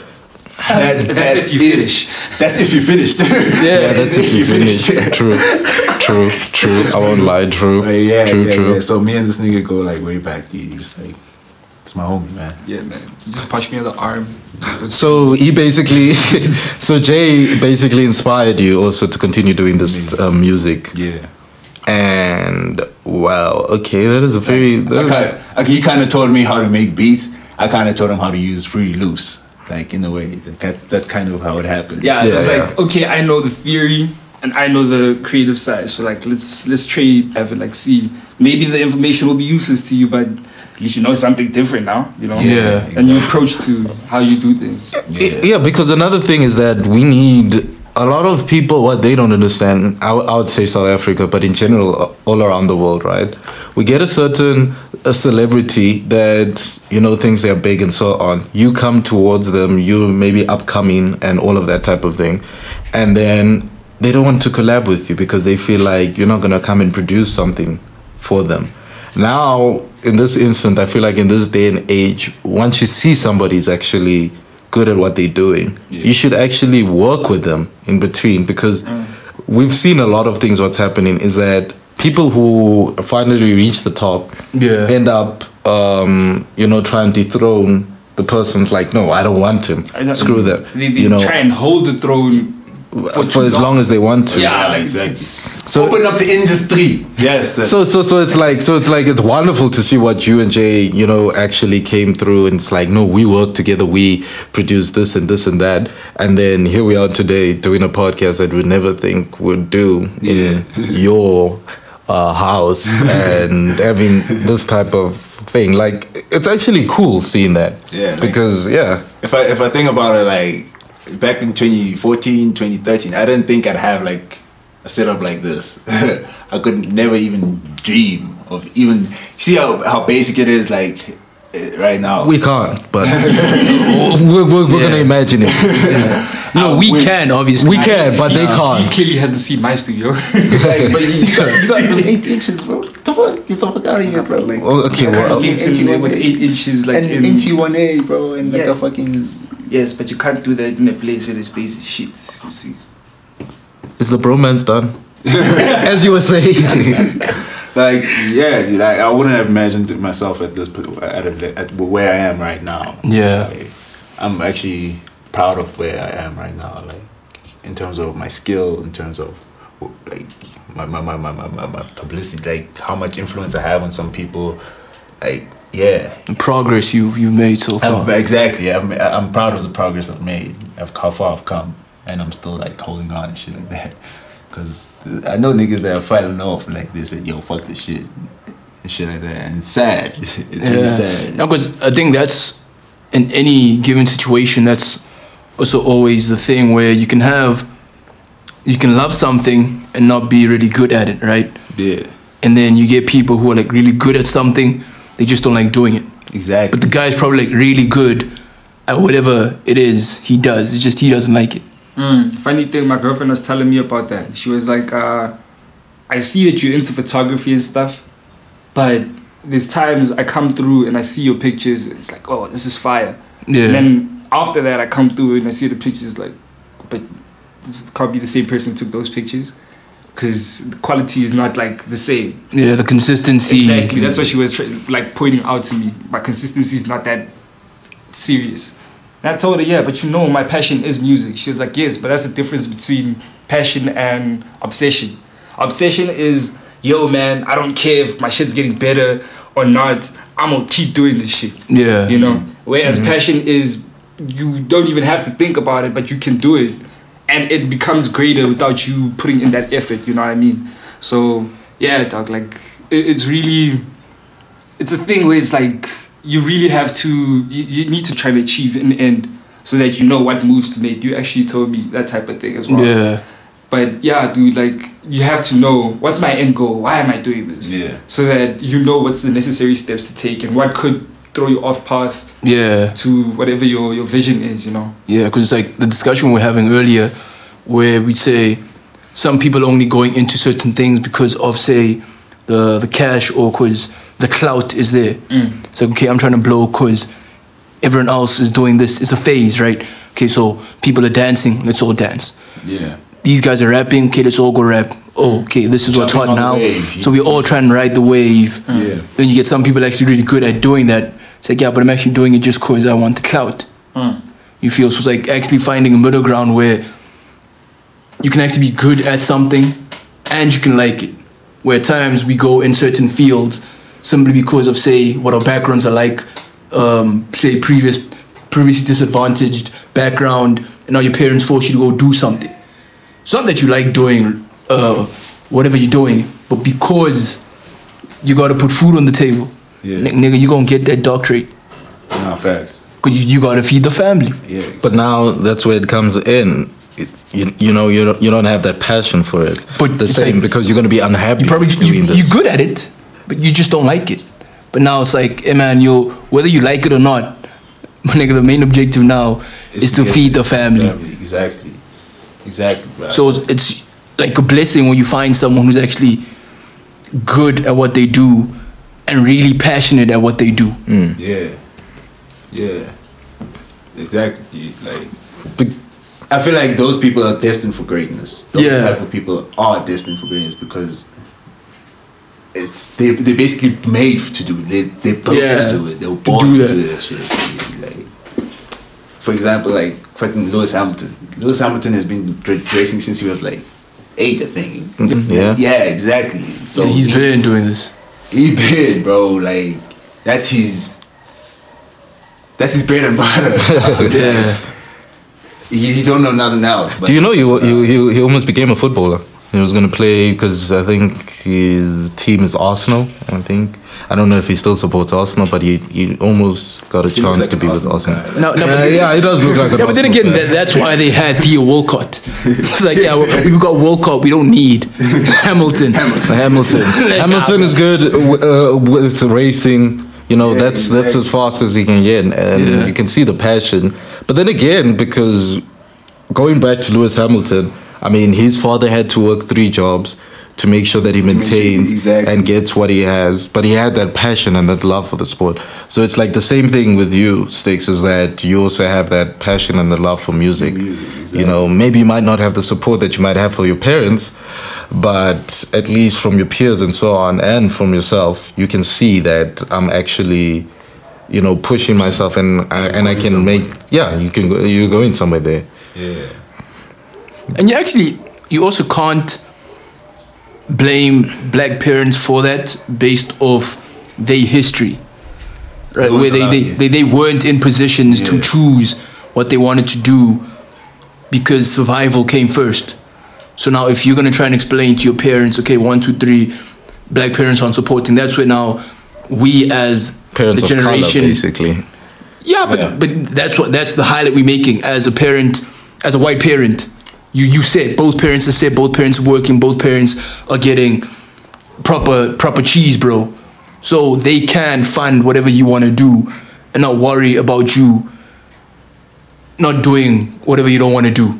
S3: That, that's,
S4: if you
S3: it.
S4: finish.
S3: That's if you finished. yeah, (laughs)
S1: Yeah, that's if you finish. True, true, true. I won't lie. True,
S3: But Uh, yeah,
S1: true,
S3: yeah,
S1: true.
S3: yeah. So me and this nigga go like way back. Dude, You're just like, it's my homie, man.
S4: Yeah, man. Just punch me in the arm.
S1: So he basically, (laughs) so Jay basically inspired you also to continue doing this uh, music.
S3: Yeah.
S1: And wow, okay, that is a very. that
S3: I
S1: is-
S3: kinda, like, he kind of taught me how to make beats. I kind of taught him how to use free loops. Like in a way, like, that- that's kind of how it happened.
S4: Yeah,
S1: Yeah,
S4: it's
S1: yeah.
S4: like okay, I know the theory and I know the creative side. So like, let's let's trade, have it, like see. Maybe the information will be useless to you, but you should know something different now. You know.
S1: Yeah,
S4: And your approach to how you do things.
S1: yeah. because another thing is that we need a lot of people what they don't understand I, w- I would say south africa but in general uh, all around the world right we get a certain a celebrity that you know thinks they're big and so on you come towards them you maybe upcoming and all of that type of thing and then they don't want to collab with you because they feel like you're not going to come and produce something for them now in this instant i feel like in this day and age once you see somebody's actually good at what they're doing you should actually work with them in between because
S4: Mm.
S1: we've seen a lot of things what's happening is that people who finally reach the top
S2: Yeah.
S1: end up um, you know trying to dethrone the person's like no i don't want him
S4: I don't-
S1: screw them
S4: They, they
S1: you know
S4: try and hold the throne for,
S1: for
S4: too
S1: as long as they want to
S4: Yeah,
S3: Yeah,
S4: like
S3: exactly.
S4: it's, it's
S1: so
S3: Open up the industry. Yes.
S1: so so so it's like so it's like it's wonderful to see what you and Jay you know actually came through and it's like no we work together we produce this and this and that and then here we are today doing a podcast that we never think would do in your uh, house and having this type of thing like it's actually cool seeing that
S3: Yeah, like-
S1: because yeah
S3: if I if I think about it, like back in 2014, 2013, I didn't think I'd have like a setup like this. (laughs) I could never even dream of even see how how basic it is. Like eh, right now,
S1: we can't but we're, we're, we're gonna imagine it
S2: No, we
S3: Wait.
S2: can obviously.
S1: we can but they
S4: he
S1: can't
S4: clearly hasn't seen my
S1: (laughs)
S4: studio. (laughs)
S3: like, but you, you got, you got them eight inches, bro. The fuck, you the fuck out of here, bro. Like,
S1: Oh, okay well
S4: Fucking silly with eight inches, like in-
S3: one A, bro, and
S5: Yeah.
S3: fucking.
S5: Yes, but you can't do that in a place where the space is shit. You see.
S1: Is the bromance done? As you were saying.
S3: Like yeah, dude, I, I wouldn't have imagined it myself at this po- at, a, at where I am right now.
S2: Yeah.
S3: Like, I'm actually proud of where I am right now. Like in terms of my skill, in terms of like my my my my my, my, my publicity, like how much influence I have on some people. Like yeah,
S2: The progress you you made so
S3: I'm,
S2: far.
S3: exactly. I'm I'm proud of the progress I've made. I've how far I've come, and I'm still like holding on and shit like that. (laughs) Cause I know niggas that are fighting off like they said, "Yo, fuck this shit," and shit like that. And it's sad. (laughs) It's really sad.
S2: because I think that's in any given situation. That's also always the thing where you can have, you can love something and not be really good at it, right?
S3: Yeah,
S2: And then you get people who are like really good at something, they just don't like doing it. But the
S3: exactly.
S2: guy's probably like really good at whatever it is he does. It's just he doesn't like it.
S4: Mm, funny thing, my girlfriend was telling me about that. She was like, uh, I see that you're into photography and stuff, but there's times I come through and I see your pictures, and it's like, oh, this is fire.
S2: Yeah.
S4: And then after that, I come through and I see the pictures, like, but this can't be the same person who took those pictures because the quality is not like the same.
S2: yeah, the consistency.
S4: Exactly. That's what she was tra- like pointing out to me. My consistency is not that serious. And I told her, yeah, but you know, my passion is music. She was like, yes, but that's the difference between passion and obsession. Obsession is, yo, man, I don't care if my shit's getting better or not. I'm gonna keep doing this shit.
S2: Yeah.
S4: You know, whereas passion is you don't even have to think about it, but you can do it, and it becomes greater without you putting in that effort. You know what I mean? So yeah, dog. Like it, it's really, it's a thing where it's like you really have to you, you need to try to achieve an end so that you know what moves to make. You actually told me that type of thing as well.
S2: Yeah.
S4: But yeah, dude, like you have to know what's my end goal. Why am I doing this?
S3: Yeah.
S4: So that you know what's the necessary steps to take and what could throw you off path
S2: Yeah.
S4: to whatever your, your vision is. You know.
S2: Yeah, because like the discussion we we're having earlier, where we say some people are only going into certain things because of say the the cash or because the clout is there. It's like okay, I'm trying to blow because everyone else is doing this. It's a phase, right? Okay, so people are dancing. Let's all dance.
S3: Yeah.
S2: These guys are rapping. Okay, let's all go rap. Oh, okay, this is what's
S3: Jumping
S2: hot
S3: on the
S2: now.
S3: wave.
S2: So we all try and ride the wave.
S3: Yeah.
S2: Then you get some people actually really good at doing that. It's like yeah, but I'm actually doing it just because I want the clout.
S3: Hmm.
S2: You feel so it's like actually finding a middle ground where you can actually be good at something and you can like it. Where at times we go in certain fields simply because of say what our backgrounds are like, um, say previous previously disadvantaged background, and now your parents force you to go do something. It's not that you like doing uh, whatever you're doing, but because you gotta put food on the table.
S3: Yeah.
S2: N- nigga, you gonna get that doctorate.
S3: Nah, facts.
S2: Cause you, you gotta feed the family.
S3: Yeah.
S1: But now that's where it comes in. It, you, you know you don't, you don't have that passion for it.
S2: But
S1: the
S2: it's
S1: same
S2: like-
S1: because you're gonna be unhappy.
S2: You probably you,
S1: doing this.
S2: you're good at it, but you just don't like it. But now it's like, hey man, you whether you like it or not, (laughs) my nigga, the main objective now is to
S3: get
S2: feed the family.
S3: Exactly. Exactly, bro.
S2: So it's, it's like a blessing when you find someone who's actually good at what they do and really passionate at what they do.
S3: Yeah. Yeah. Exactly. Like I feel like those people are destined for greatness. Those
S2: Yeah.
S3: type of people are destined for greatness because it's they they basically made to do it. They they built
S2: Yeah.
S3: to do it. They were
S2: To
S3: born
S2: do
S3: to do,
S2: that.
S3: that shit. Like for example, like fucking Lewis Hamilton. Lewis Hamilton has been dra- racing since he was like eight, I think.
S1: Mm-hmm. yeah.
S3: Yeah, exactly. So
S2: Yeah, he's
S3: he-
S2: been doing this.
S3: he big, bro. Like that's his. That's his bread and
S2: (laughs)
S3: butter.
S2: Yeah.
S3: he, he don't know nothing else. But
S1: Do you know you, you, you he almost became a footballer? He was gonna play because I think his team is Arsenal. I think I don't know if he still supports Arsenal, but he, he almost got a
S3: he looks
S1: chance
S3: like
S1: to
S3: an
S1: be with
S3: Arsenal
S1: Arsenal.
S3: guy,
S2: (laughs)
S3: like-
S2: No, no,
S1: Yeah,
S2: but-
S1: yeah, he does look like an
S2: Yeah, but then
S1: Arsenal
S2: again,
S1: fan.
S2: that, that's why they had Theo Walcott. It's like, (laughs) yeah, we, we got Walcott, we don't (laughs) need Hamilton.
S1: (laughs) Hamilton.
S2: (laughs) Like,
S1: Hamilton is good uh, with racing. You know, that's that's as fast as he can get, and
S2: Yeah.
S1: you can see the passion. But then again, because going back to Lewis Hamilton, I mean, his father had to work three jobs to make sure that he maintains
S3: exactly.
S1: and gets what he has. But he had that passion and that love for the sport. So it's like the same thing with you, Sticks, is that you also have that passion and the love for music. You know, maybe you might not have the support that you might have for your parents, but at least from your peers and so on, and from yourself, you can see that I'm actually, you know, pushing myself and I, and I can make yeah, you can go, you're going somewhere there.
S3: yeah,
S2: And you actually, you also can't blame black parents for that based off their history, right?
S3: weren't
S2: Where they,
S3: allowed,
S2: they,
S3: yeah.
S2: they, they weren't in positions to
S3: Yeah.
S2: choose what they wanted to do because survival came first. So now, if you're gonna try and explain to your parents, okay, one, two, three, black parents aren't supporting. That's where now we as
S1: Parents
S2: the
S1: of
S2: generation,
S1: color, basically.
S2: yeah, but
S3: Yeah.
S2: but that's what that's the highlight we're making as a parent, as a white parent. You you said both parents are said both parents are working, both parents are getting proper proper cheese, bro. So they can fund whatever you want to do, and not worry about you not doing whatever you don't want to do.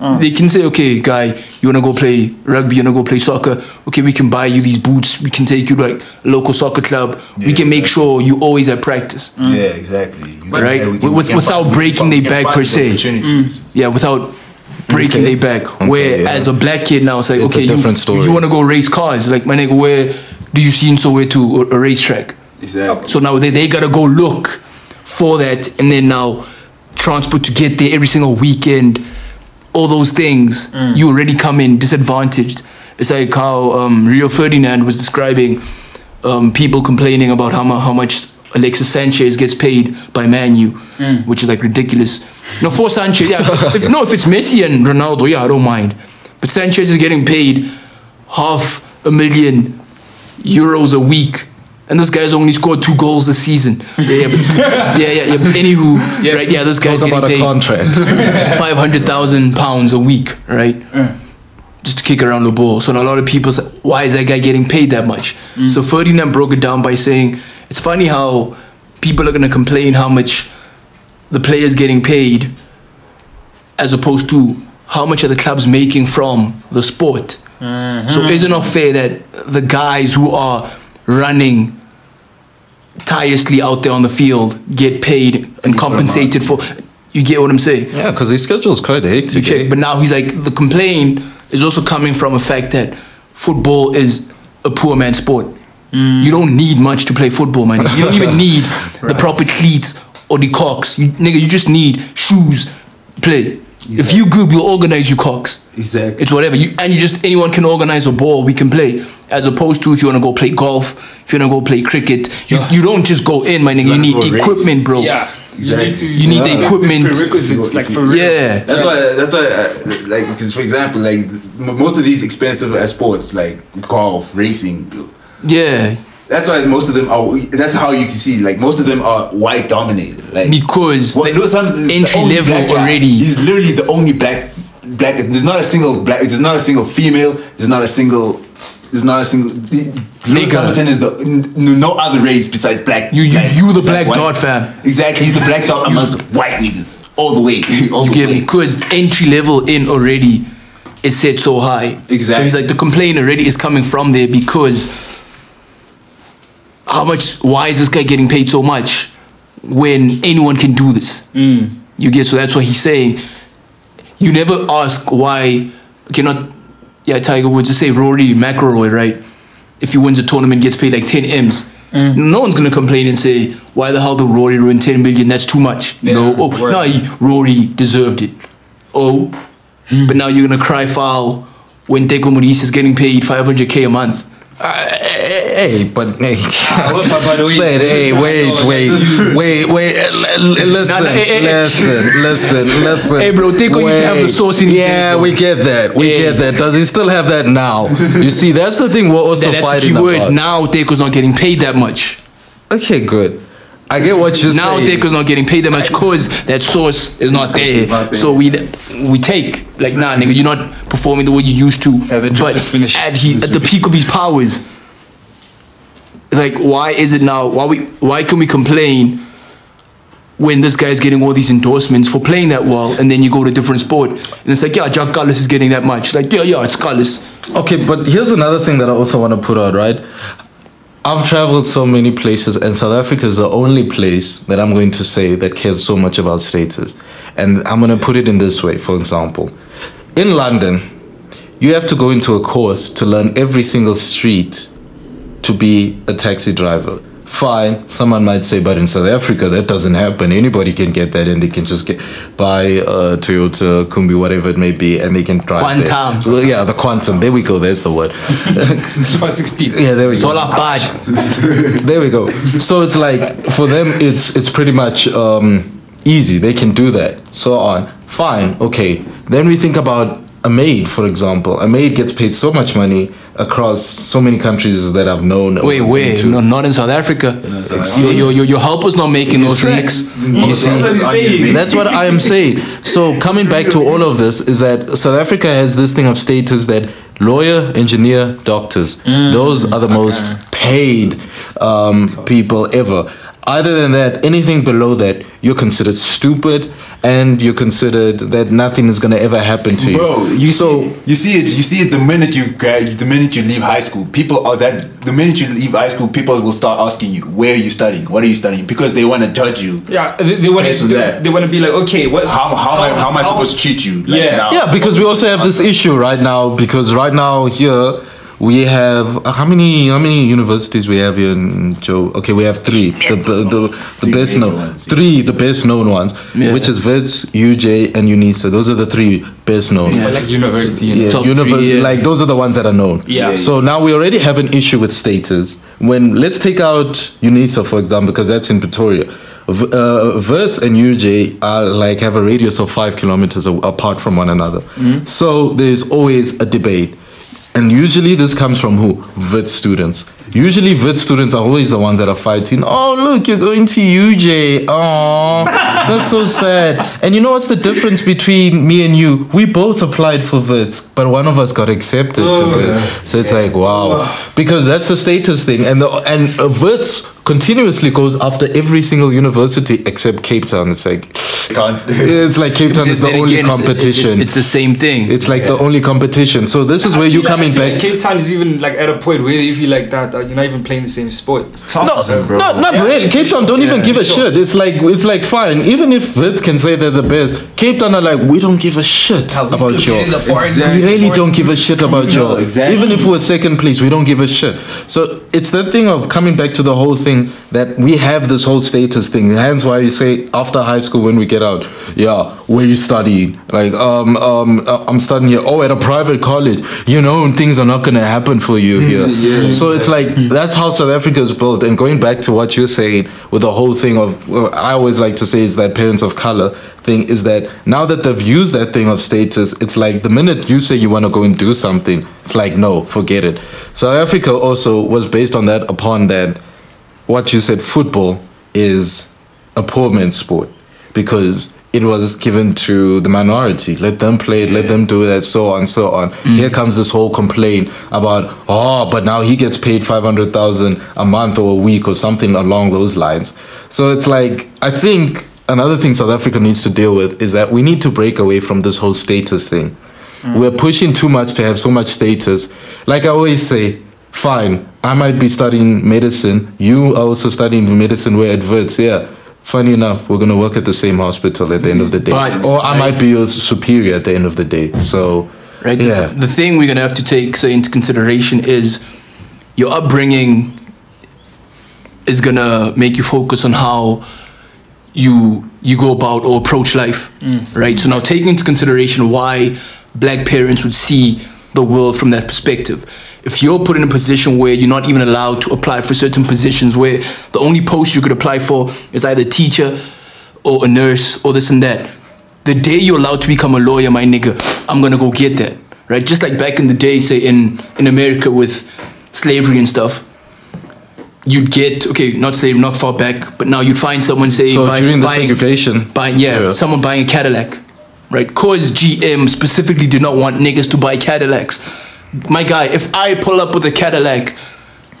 S3: Mm.
S2: They can say, okay, guy, you wanna go play rugby, you wanna go play soccer. Okay, we can buy you these boots. We can take you to like a local soccer club. we
S3: Yeah,
S2: can make
S3: exactly.
S2: sure you always at practice.
S3: yeah, exactly. You can-
S2: Right?
S3: yeah, we
S2: With- with-
S3: find-
S2: without
S3: we
S2: breaking
S3: find-
S2: their
S3: we can
S2: back
S3: find
S2: per
S3: those
S2: se.
S3: opportunities.
S2: yeah, without breaking their back. where
S1: yeah.
S2: as a black kid now, it's like
S1: It's a
S2: okay, you-
S1: different
S2: you,
S1: story.
S2: want to go race cars, like my nigga, where do you see in Soweto a, a racetrack?
S3: Exactly.
S2: So now they, they gotta go look for that, and then now transport to get there every single weekend, all those things. You already come in disadvantaged. It's like how um, Rio Ferdinand was describing um, people complaining about how, mu- how much Alexis Sanchez gets paid by Manu, which is like ridiculous. No, for Sanchez, yeah. if, no, if it's Messi and Ronaldo, yeah, I don't mind. But Sanchez is getting paid half a million euros a week. And this guy's only scored two goals this season. Yeah, yeah, but,
S1: (laughs)
S2: yeah, yeah, yeah. But anywho, right? Yeah, this guy's
S1: Talk
S2: getting
S1: about a
S2: paid
S1: contract.
S2: five hundred thousand pounds a week, right? Just to kick around the ball. So a lot of people say, why is that guy getting paid that much? So Ferdinand broke it down by saying, it's funny how people are gonna complain how much the players getting paid, as opposed to how much are the clubs making from the sport. So is it not fair that the guys who are running tirelessly out there on the field get paid and compensated for? You get what I'm saying?
S1: (laughs) yeah, because his schedule's quite
S2: to
S1: hectic.
S2: check.
S1: eh?
S2: But now he's like the complaint is also coming from a fact that football is a poor man's sport.
S3: Hmm.
S2: You don't need much to play football, man. You don't
S3: (laughs)
S2: even need the proper cleats or the cocks. You, nigga, you just need shoes. Play. If you group, you'll organize your cocks.
S6: Exactly.
S2: It's whatever. You and you just anyone can organize a ball. We can play. As opposed to if you want to go play golf, if you want to go play cricket, you, you don't just go in, my nigga. You
S3: gotta
S2: need
S3: go race.
S2: equipment, bro.
S4: Yeah. You need to.
S2: You need the equipment.
S4: Prerequisites, like for real. (laughs)
S2: Yeah.
S6: That's why. That's why. Uh, like, because for example, like m- most of these expensive uh, sports, like golf, racing,
S2: Yeah.
S6: that's why most of them are. That's how you can see. Like most of them are white dominated. Like
S2: Because
S6: Well,
S2: they-
S6: no, some- the
S2: entry
S6: only
S2: level
S6: black guy.
S2: already.
S6: He's literally the only black. Black. There's not a single black. There's not a single female. There's not a single. There's not a single. Lewis
S2: Nigga.
S6: Hamilton is the n- no other race besides black.
S2: You- you-
S6: black-
S2: you the black
S6: white.
S2: dot, fam.
S6: Exactly. He's the black dot amongst the white niggas all the way. All
S2: You
S6: the
S2: get
S6: way.
S2: me? Because entry level in already is set so high. So
S6: Exactly.
S2: he's like the complaint already is coming from there because how much? Why is this guy getting paid so much when anyone can do this? You get so that's what he's saying. You never ask why. Okay, not yeah. Tiger Woods just say Rory McIlroy, right? If he wins a tournament, gets paid like ten m's. No one's gonna complain and say why the hell the Rory ruined ten million. That's too much. no,
S4: Yeah,
S2: oh
S4: word.
S2: no, he- Rory deserved it. Oh, but now you're gonna cry foul when Deco Maurice is getting paid five hundred k a month.
S1: Hey, but hey,
S2: Ah,
S4: what- but- but wait.
S1: But, hey, wait, wait, wait, wait. l-
S2: (laughs)
S1: l- Listen,
S2: No, no, eh, eh, eh.
S1: listen,
S2: (laughs)
S1: listen, listen.
S2: Hey, bro, Tico used to have the
S1: Wait.
S2: sauce in his
S1: Yeah,
S2: day, bro.
S1: we get that. We
S2: Yeah.
S1: get that. Does he still have that
S2: (laughs)
S1: now? You see, that's the thing we're also
S2: That- that's the
S1: fighting
S2: key word.
S1: about.
S2: Now Deco's not getting paid that much.
S1: okay, good. I get what you're
S2: now
S1: saying.
S2: Deco's not getting paid that much because that source is not there.
S6: not there.
S2: So we we take like nah, nigga, you're not performing the way you used to.
S4: the job
S2: but
S4: is finished.
S2: at he at the peak of his powers, it's like why is it now? Why we why can we complain? When this guy's getting all these endorsements for playing that well, and then you go to a different sport, and it's like, yeah, Jack Carlos is getting that much. Like, yeah, yeah, it's Carlos.
S1: Okay, but here's another thing that I also want to put out, right? I've traveled so many places, and South Africa is the only place that I'm going to say that cares so much about status. And I'm going to put it in this way, for example. In London, you have to go into a course to learn every single street to be a taxi driver. Fine, someone might say, but in South Africa, that doesn't happen. Anybody can get that, and they can just get buy a Toyota, Kumbi, whatever it may be, and they can drive. there.
S2: Quantum.
S1: Well, yeah, the quantum. There we go. There's the word.
S4: Super 16.
S1: Yeah, there we
S2: It's all
S1: go.
S2: about bad.
S1: (laughs) There we go. So it's like for them, it's it's pretty much um, easy. They can do that. So on. Fine. Okay. Then we think about a maid, for example. A maid gets paid so much money across so many countries that I've known. or
S2: Wait,
S1: been
S2: wait,
S1: to.
S2: no, not in South Africa. Your, your, your, your helper's not making those nicks. You see?
S4: That's what he's saying.
S1: That's what I am saying. So coming back to all of this is that South Africa has this thing of status that lawyer, engineer, doctors, those are the most paid um, people ever. Other than that, anything below that, you're considered stupid, and you're considered that nothing is gonna ever happen to you.
S6: Bro, you
S1: so
S6: see, you see it. You see it the minute you grad, the minute you leave high school. People are that the minute you leave high school, people will start asking you, "Where are you studying? What are you studying?" Because they want to judge you.
S4: Yeah, they, they want
S6: Yes,
S4: to. They,
S6: that.
S4: want to be like, okay, what?
S6: How, how, am I- how am I supposed to treat you? Like,
S4: Yeah.
S6: now?
S1: Yeah, because we also have this issue right now. Because right now here, we have uh, how many how many universities we have here in Joe? Okay, we have three. The the, the, the
S6: Three
S1: best
S6: major
S1: known
S6: ones, yeah.
S1: three the best known ones, which is Vits, UJ, and UNISA. Those are the three best known.
S4: But like university and
S1: Yeah,
S2: Top
S1: univer-
S2: three, yeah.
S1: like those are the ones that are known.
S4: Yeah.
S1: So now we already have an issue with status. When let's take out UNISA for example, because that's in Pretoria. V- uh, Vert and UJ are like have a radius of five kilometers a- apart from one another. So there's always a debate. And usually this comes from who? VIT students. Usually VIT students are always the ones that are fighting. Oh, look, you're going to UJ. Oh, that's so sad. And you know what's the difference between me and you? We both applied for VITs, but one of us got accepted to VIT. So it's like, wow. Because that's the status thing. And, the, and uh, VITs continuously goes after every single university except Cape Town. It's like, it's like Cape Town is the
S2: Then
S1: only
S2: again, it's- it's-
S1: competition.
S2: It's, it's the same thing.
S1: It's like the only competition. So this is where you coming back.
S4: Cape Town is even like at a point where if you like that, that you're not even playing the same sport.
S6: Classism, bro.
S1: No, not really. Cape Town don't even give a shit. It's like it's like fine. Even if Vits can say they're the best, Cape Town are like we don't give a shit about you. We really don't give a shit about you.
S6: exactly.
S1: Even if we're second place, we don't give a shit. So it's that thing of coming back to the whole thing that we have this whole status thing. Hence why you say after high school when we get out, yeah, where you studying? Like um um uh, I'm studying here. Oh, at a private college. You know, things are not gonna happen for you here. So it's like that's how South Africa is built. And going back to what you're saying with the whole thing of, well, I always like to say it's that parents of color thing is that now that they've used that thing of status, it's like the minute you say you want to go and do something, it's like, no, forget it. South Africa also was based on that, upon that, what you said, football is a poor man's sport because it was given to the minority. Let them play it, let them do that, so on, so on. Here comes this whole complaint about, oh, but now he gets paid 500,000 a month or a week or something along those lines. So it's like, I think another thing South Africa needs to deal with is that we need to break away from this whole status thing. Mm. We're pushing too much to have so much status. Like I always say, fine, I might be studying medicine. You are also studying medicine. We're at Wits, yeah. Funny enough, we're gonna work at the same hospital at the end of the day,
S2: But-
S1: or I might be your superior at the end of the day. So,
S2: right?
S1: Yeah.
S2: The, the thing we're gonna have to take say, into consideration is your upbringing is gonna make you focus on how you you go about or approach life, right? So now taking into consideration why black parents would see the world from that perspective. If you're put in a position where you're not even allowed to apply for certain positions, where the only post you could apply for is either teacher or a nurse or this and that, the day you're allowed to become a lawyer, my nigga, I'm gonna go get that, right? Just like back in the day, say in in America with slavery and stuff, you'd get okay, not slavery, not far back, but now you'd find someone say
S1: so
S2: buy-
S1: during the
S2: buying-
S1: segregation,
S2: buying yeah,
S1: Yeah.
S2: someone buying a Cadillac, right? Cause GM specifically did not want niggas to buy Cadillacs. My guy, if I pull up with a Cadillac,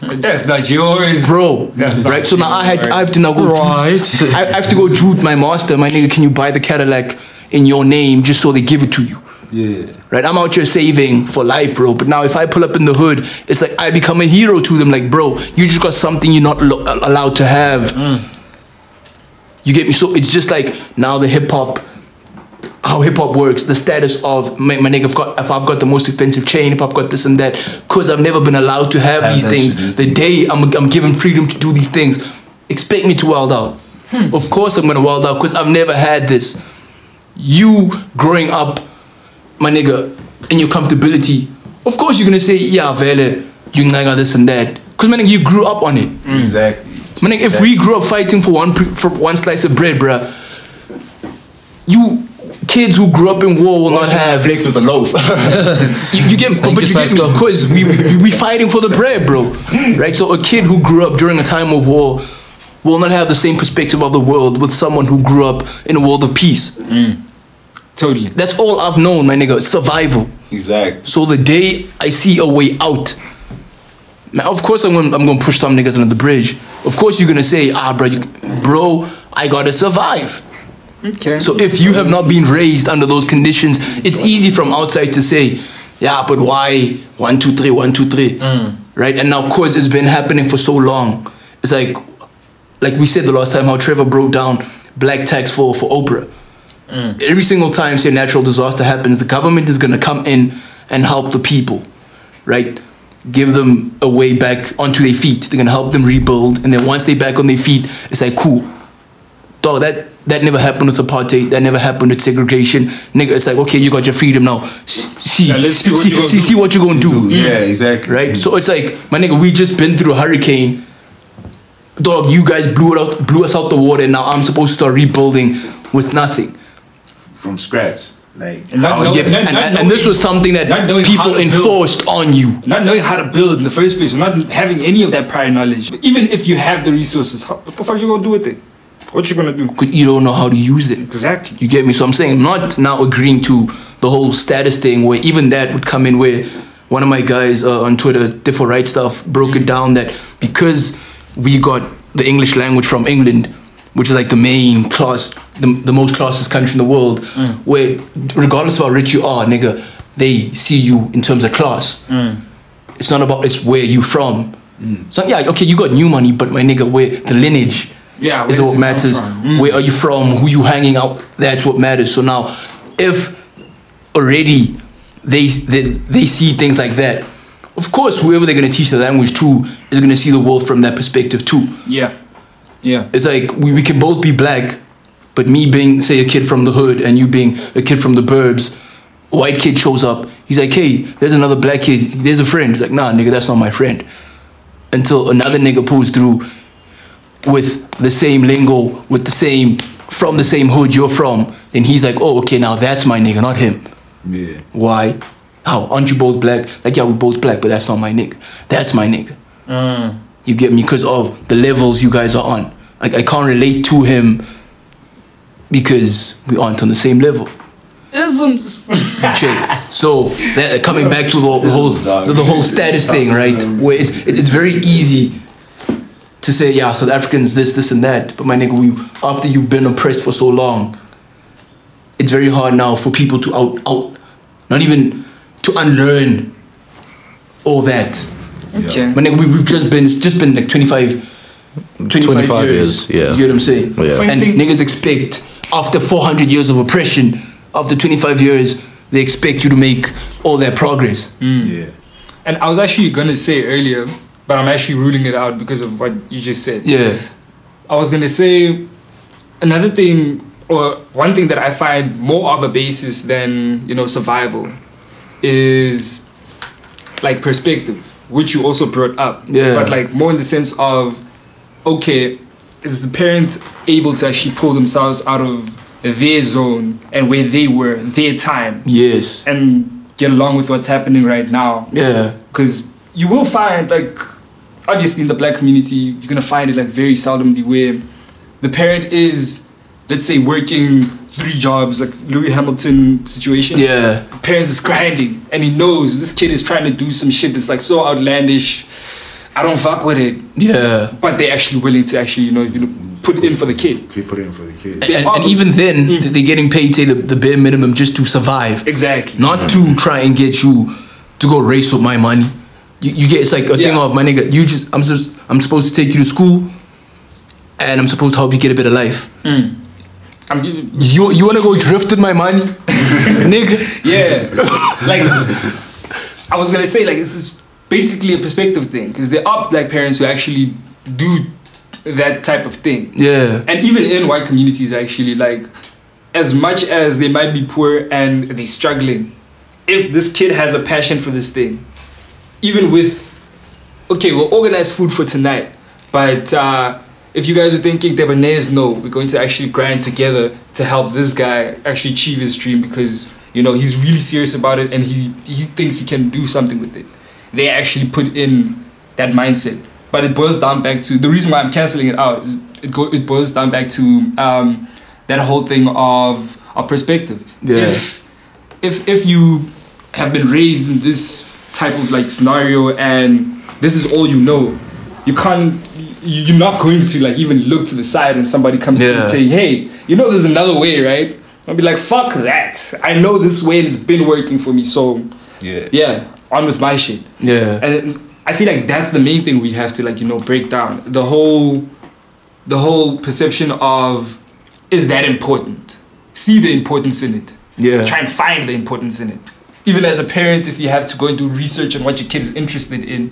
S4: That's not yours,
S2: bro,
S4: That's not
S2: right? So now I had
S4: yours.
S2: I have to now go
S1: Right.
S2: (laughs) I, I have to go Jude my master, my nigga. Can you buy the Cadillac in your name just so they give it to you?
S6: Yeah.
S2: Right, I'm out here saving for life, bro. But now, if I pull up in the hood, it's like I become a hero to them. Like, bro, you just got something you're not lo- allowed to have. You get me? So it's just like now the hip hop, how hip hop works, the status of my, my nigga. If, got, if I've got the most expensive chain, if I've got this and that, because I've never been allowed to have
S6: Have
S2: these
S6: that shit, these
S2: things. The day I'm, I'm given freedom to do these things, expect me to wild out. Of course, I'm gonna wild out because I've never had this. You growing up, my nigga, and your comfortability. Of course, you're gonna say, yeah, vele, you nigga, this and that. Because, my nigga, you grew up on it.
S6: (laughs) Exactly.
S2: Man, like, if we grew up fighting for one pre- for one slice of bread, bruh, you kids who grew up in war will not have.
S6: flakes with a loaf.
S2: You, you get,
S1: Thank
S2: but, but
S1: you,
S2: you get me
S1: Sasko.
S2: because we, we we fighting for the bread, bro. Right. So a kid who grew up during a time of war will not have the same perspective of the world with someone who grew up in a world of peace.
S4: totally.
S2: That's all I've known, my nigga. Survival.
S6: exactly.
S2: So the day I see a way out, now of course I'm gonna, I'm gonna push some niggas under the bridge. Of course you're gonna say, ah, bro, you, bro, I gotta survive.
S4: Okay.
S2: So if you have not been raised under those conditions, it's easy from outside to say, yeah, but why one two three one two three, right? And now, cause it's been happening for so long, it's like, like we said the last time, how Trevor broke down black tax for for Oprah. Every single time, say a natural disaster happens, the government is gonna come in and help the people, right? give them a way back onto their feet. They're gonna help them rebuild, and then once they're back on their feet, it's like cool. Dog, that that never happened with apartheid. That never happened with segregation, nigga. It's like okay, you got your freedom now. S- See,
S4: let's see
S2: see,
S4: what you
S2: see,
S4: gonna
S2: see,
S4: do.
S2: see what you're gonna do
S6: Yeah, exactly.
S2: Mm. right? So it's like, my nigga, we just been through a hurricane. Dog, you guys blew it out, blew us out the water. Now I'm supposed to start rebuilding with nothing.
S6: from scratch. Like
S4: And not
S6: how-
S4: know-
S2: Oh, Yeah,
S4: not-
S2: and,
S4: not
S2: and, and this
S4: knowing-
S2: was something that
S4: not knowing how
S2: people
S4: to build.
S2: enforced on you.
S4: Not knowing how to build in the first place, not having any of that prior knowledge. But even if you have the resources, how, what the fuck you gonna do with it? What you gonna do?
S2: 'cause You don't know how to use it.
S4: Exactly.
S2: You get me? So I'm saying I'm not now agreeing to the whole status thing where even that would come in where one of my guys uh, on Twitter, Diffo Right Stuff, broke
S4: Mm.
S2: it down that because we got the English language from England, which is like the main class, the, the most classless country in the world,
S4: Mm.
S2: where regardless of how rich you are, nigga, they see you in terms of class. It's not about it's where you from.
S4: Mm.
S2: So yeah, okay, you got new money, but my nigga, where the lineage
S4: Yeah, where
S2: is
S4: does it
S2: what
S4: come
S2: matters.
S4: from? Mm.
S2: Where are you from? Who you hanging out? That's what matters. So now, if already they they, they see things like that, of course, whoever they're gonna teach the language to is gonna see the world from that perspective too.
S4: Yeah, yeah.
S2: It's like we, we can both be black, but me being say a kid from the hood and you being a kid from the burbs, white kid shows up. He's like, hey, there's another black kid. There's a friend. He's like, nah, nigga, that's not my friend. Until another nigga pulls through with the same lingo, with the same from the same hood you're from, then he's like, oh, okay, now that's my nigga, not him.
S6: yeah.
S2: Why? How? Aren't you both black? Like, yeah, we're both black, but that's not my nigga. That's my nigga.
S4: Uh.
S2: You get me? Because of the levels you guys are on. Like, I can't relate to him because we aren't on the same level.
S4: Isms.
S2: Check. So that, uh, coming back to the whole,
S6: dog.
S2: the, the whole status thing, right? Where it's it's very easy to say, yeah, South Africans this, this, and that. But my nigga, we after you've been oppressed for so long, it's very hard now for people to out out, not even to unlearn all that.
S4: Okay.
S2: My nigga, we, we've just been it's just been like 25, 25,
S1: 25 years,
S2: years.
S1: yeah.
S2: You know what I'm saying?
S1: Yeah.
S2: And
S4: Funny thing-
S2: niggas expect after 400 years of oppression, after 25 years, they expect you to make all that progress.
S3: Mm.
S6: Yeah.
S4: And I was actually gonna say earlier, but I'm actually ruling it out because of what you just said.
S2: Yeah.
S4: I was gonna say another thing or one thing that I find more of a basis than you know survival is like perspective, which you also brought up.
S2: Yeah.
S4: But like more in the sense of okay, is the parent able to actually pull themselves out of their zone and where they were, their time,
S2: Yes.
S4: and get along with what's happening right now?
S2: Yeah.
S4: because you will find like obviously in the black community you're gonna find it like very seldomly where the parent is let's say working three jobs like Louis Hamilton situation.
S2: Yeah.
S4: The parents is grinding and he knows this kid is trying to do some shit that's like so outlandish. I don't fuck with it,
S2: Yeah.
S4: but they're actually willing to actually you know you know put in for the kid.
S6: Keep putting for the kid.
S2: And, and, and even then, th- they're getting paid say, the, the bare minimum just to survive,
S4: Exactly.
S2: not to try and get you to go race with my money. You, you get it's like a thing
S4: Yeah.
S2: of my nigga. You just I'm just I'm supposed to take you to school, and I'm supposed to help you get a better life.
S4: I'm giving-
S2: You you wanna go drift with
S4: (laughs)
S2: my money, nigga?
S4: Yeah, like I was gonna say, like this is basically a perspective thing because there are black parents who actually do that type of thing,
S2: Yeah,
S4: and even in white communities, actually, like as much as they might be poor and they struggling, if this kid has a passion for this thing, even with okay, we'll organize food for tonight, but. uh if you guys are thinking debonair's, no, we're going to actually grind together to help this guy actually achieve his dream because you know he's really serious about it and he he thinks he can do something with it. They actually put in that mindset, but it boils down back to the reason why I'm canceling it out is it go, it boils down back to um, that whole thing of of perspective.
S2: Yeah.
S4: If if if you have been raised in this type of like scenario and this is all you know, you can't you- you're not going to like even look to the side when somebody comes to you and
S2: Yeah.
S4: say, Hey, you know there's another way, right? I'll be like, fuck that. I know this way and it's been working for me, so
S6: Yeah.
S4: yeah, on with my shit.
S2: yeah,
S4: And I feel like that's the main thing we have to like, you know, break down. The whole the whole perception of is that important? See the importance in it
S2: yeah.
S4: try and find the importance in it. even as a parent, if you have to go and do research on what your kid is interested in,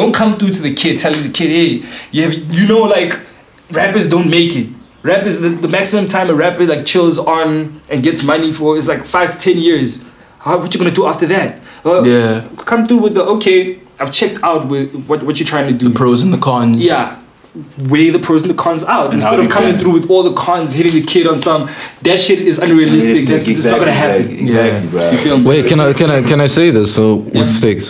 S4: don't come through to the kid telling the kid, hey, you have, you know, like rappers don't make it. Rappers, the, the maximum time a rapper like chills on and gets money for is like five to ten years. How what you gonna do after that? Uh,
S2: Yeah.
S4: Come through with the okay. I've checked out with what what you're trying to do.
S2: The pros and the cons.
S4: Yeah. Weigh the pros and the cons out instead
S6: how
S4: of
S6: to
S4: coming
S6: plan.
S4: through with all the cons, hitting the kid on some that shit is unrealistic. That's, that's not gonna happen.
S6: Exactly, exactly, bro.
S4: You feel me?
S1: Wait, can I can I can I say this? So with sticks,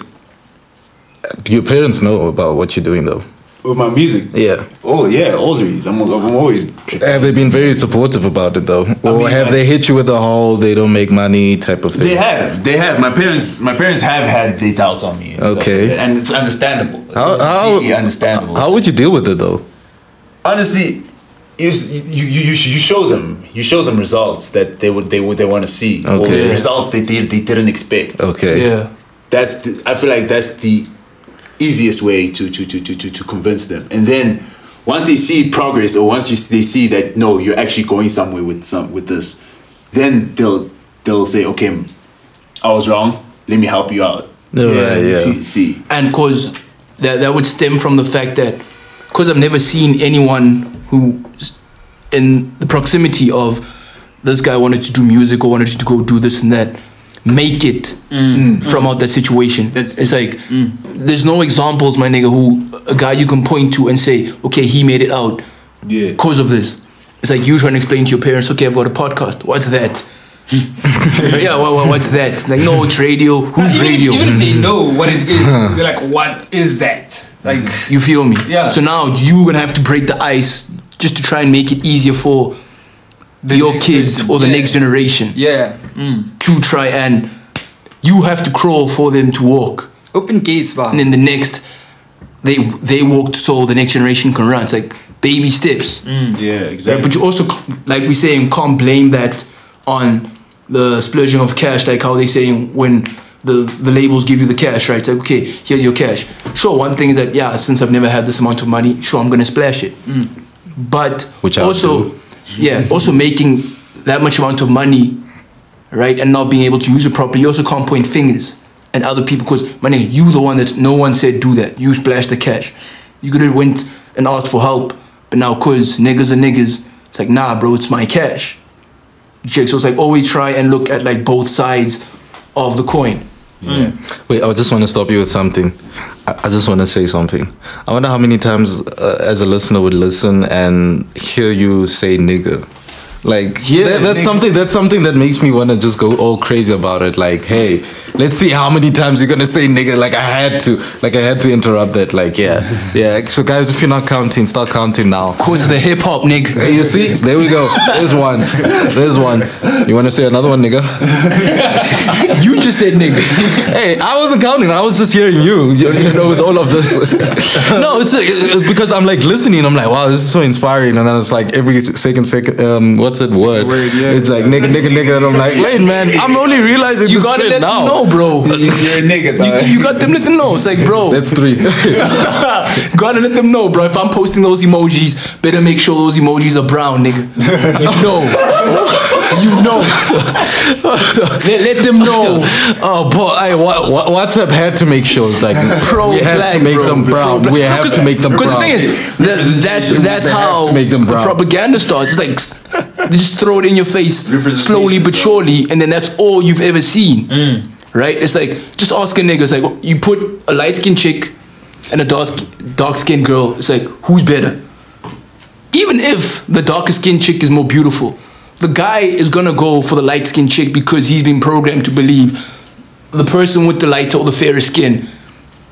S1: your parents know about what you're doing, though.
S6: With my music.
S1: Yeah.
S6: Oh yeah, always. I'm, I'm always.
S1: Have they been very supportive about it though, or
S6: mean,
S1: have
S6: like-
S1: they hit you with the whole "they don't make money" type of thing?
S6: They have, they have. My parents, my parents have had their doubts on me. and stuff
S1: Okay.
S6: like that. and it's understandable.
S1: How,
S6: it's completely
S1: how,
S6: understandable.
S1: how would you deal with it though?
S6: honestly
S3: is you you you, sh- you show them you show them results that they would they would they want to see or
S1: Okay.
S3: the results they did they didn't expect.
S1: Okay.
S2: Yeah.
S3: That's the, I feel like that's the easiest way to to, to, to, to to convince them. And then once they see progress or once you, s- they see that no you're actually going somewhere with some with this, then they'll they'll say okay, I was wrong. Let me help you out.
S1: No, right, yeah.
S3: See, see.
S2: and cause that that would stem from the fact that because I've never seen anyone who's in the proximity of this guy wanted to do music or wanted to go do this and that make it Mm. from out that situation.
S4: Mm. That's- Mm.
S2: it's like there's no examples, my nigga, who a guy you can point to and say, okay, he made it out
S6: yeah.
S2: because of this. It's like you trying to explain to your parents, okay, I've got a podcast. What's that?
S4: Hmm.
S2: (laughs) yeah, what, what, what's that? Like, no, it's radio. Who's
S4: even,
S2: radio?
S4: Even if
S1: Hmm.
S4: they know what it is, they're like, what is that? Like,
S2: You feel me?
S4: Yeah.
S2: So now you're gonna have to break the ice just to try and make it easier for your
S4: next
S2: kids
S4: person.
S2: or the
S4: Yeah.
S2: next generation
S4: yeah. Mm.
S2: to try and you have to crawl for them to walk,
S4: Open gates, bar.
S2: and then the next they they walked so the next generation can run. It's like baby steps.
S4: Mm.
S6: Yeah,
S2: Right,
S6: exactly.
S2: but you also, like we saying, can't blame that on the splurging of cash, like how they saying when the, the labels give you the cash, right? It's like, okay, here's your cash. Sure, one thing is that, yeah, since I've never had this amount of money, sure, I'm going to splash it. But
S1: Which I'll
S2: also,
S1: do.
S2: yeah, also making that much amount of money, right, and not being able to use it properly, you also can't point fingers at other people because, money, you the one that's, no one said do that. You splashed the cash. You could have went and asked for help, but now cause niggas are niggas, it's like, nah, bro, it's my cash. You check? So it's like always try and look at like both sides of the coin.
S1: Wait, I just want to stop you with something. I, I just want to say something. I wonder how many times uh, as a listener would listen and hear you say nigga. Like
S2: Yeah,
S1: that- that's
S2: nigga.
S1: something that's something that makes me want to just go all crazy about it. Like, hey, let's see how many times you're gonna say nigga. Like I had to, like I had to interrupt that. Like yeah, yeah. So guys, if you're not counting, start counting now.
S2: Cause the hip hop nigga.
S1: Hey, you see, (laughs) there we go. There's one. There's one. You want to say another one, nigga?
S2: (laughs) You just said nigga.
S1: hey, I wasn't counting. I was just hearing you, you, you know, with all of
S2: (laughs)
S1: this. no, it's, it's because I'm like listening. I'm like, wow, this is so inspiring. And then it's like every second, second, um, what's it word?
S4: word, yeah.
S1: it's like nigga, nigga, nigga. And I'm like, wait, man, I'm only realizing
S2: You
S1: this
S2: gotta
S1: trend
S2: let
S1: now.
S2: them know, bro.
S6: You're a nigga, dog.
S2: You, you got them let them know. It's like, bro,
S1: That's
S2: (laughs)
S1: three. (laughs)
S2: gotta let them know, bro. If I'm posting those emojis, better make sure those emojis are
S1: (laughs)
S2: brown, nigga. You know. You know. let, let them know.
S1: oh boy, I, what, what, WhatsApp had to make shows like
S2: (laughs) Pro
S1: we had
S2: black,
S1: to make
S2: bro.
S1: them brown.
S2: Pro
S1: we
S2: black.
S1: have to make them brown.
S2: Because the thing is, that, that's that's
S1: They have
S2: how
S1: to make them
S2: the
S1: brown.
S2: propaganda starts. It's like they just throw it in your face slowly but surely, and then that's all you've ever seen.
S1: Mm.
S2: Right? It's like just ask a nigga. It's like you put a light skinned chick and a dark dark skinned girl. It's like who's better? Even if the darker skinned chick is more beautiful, the guy is gonna go for the light skinned chick because he's been programmed to believe the person with the lighter or the fairer skin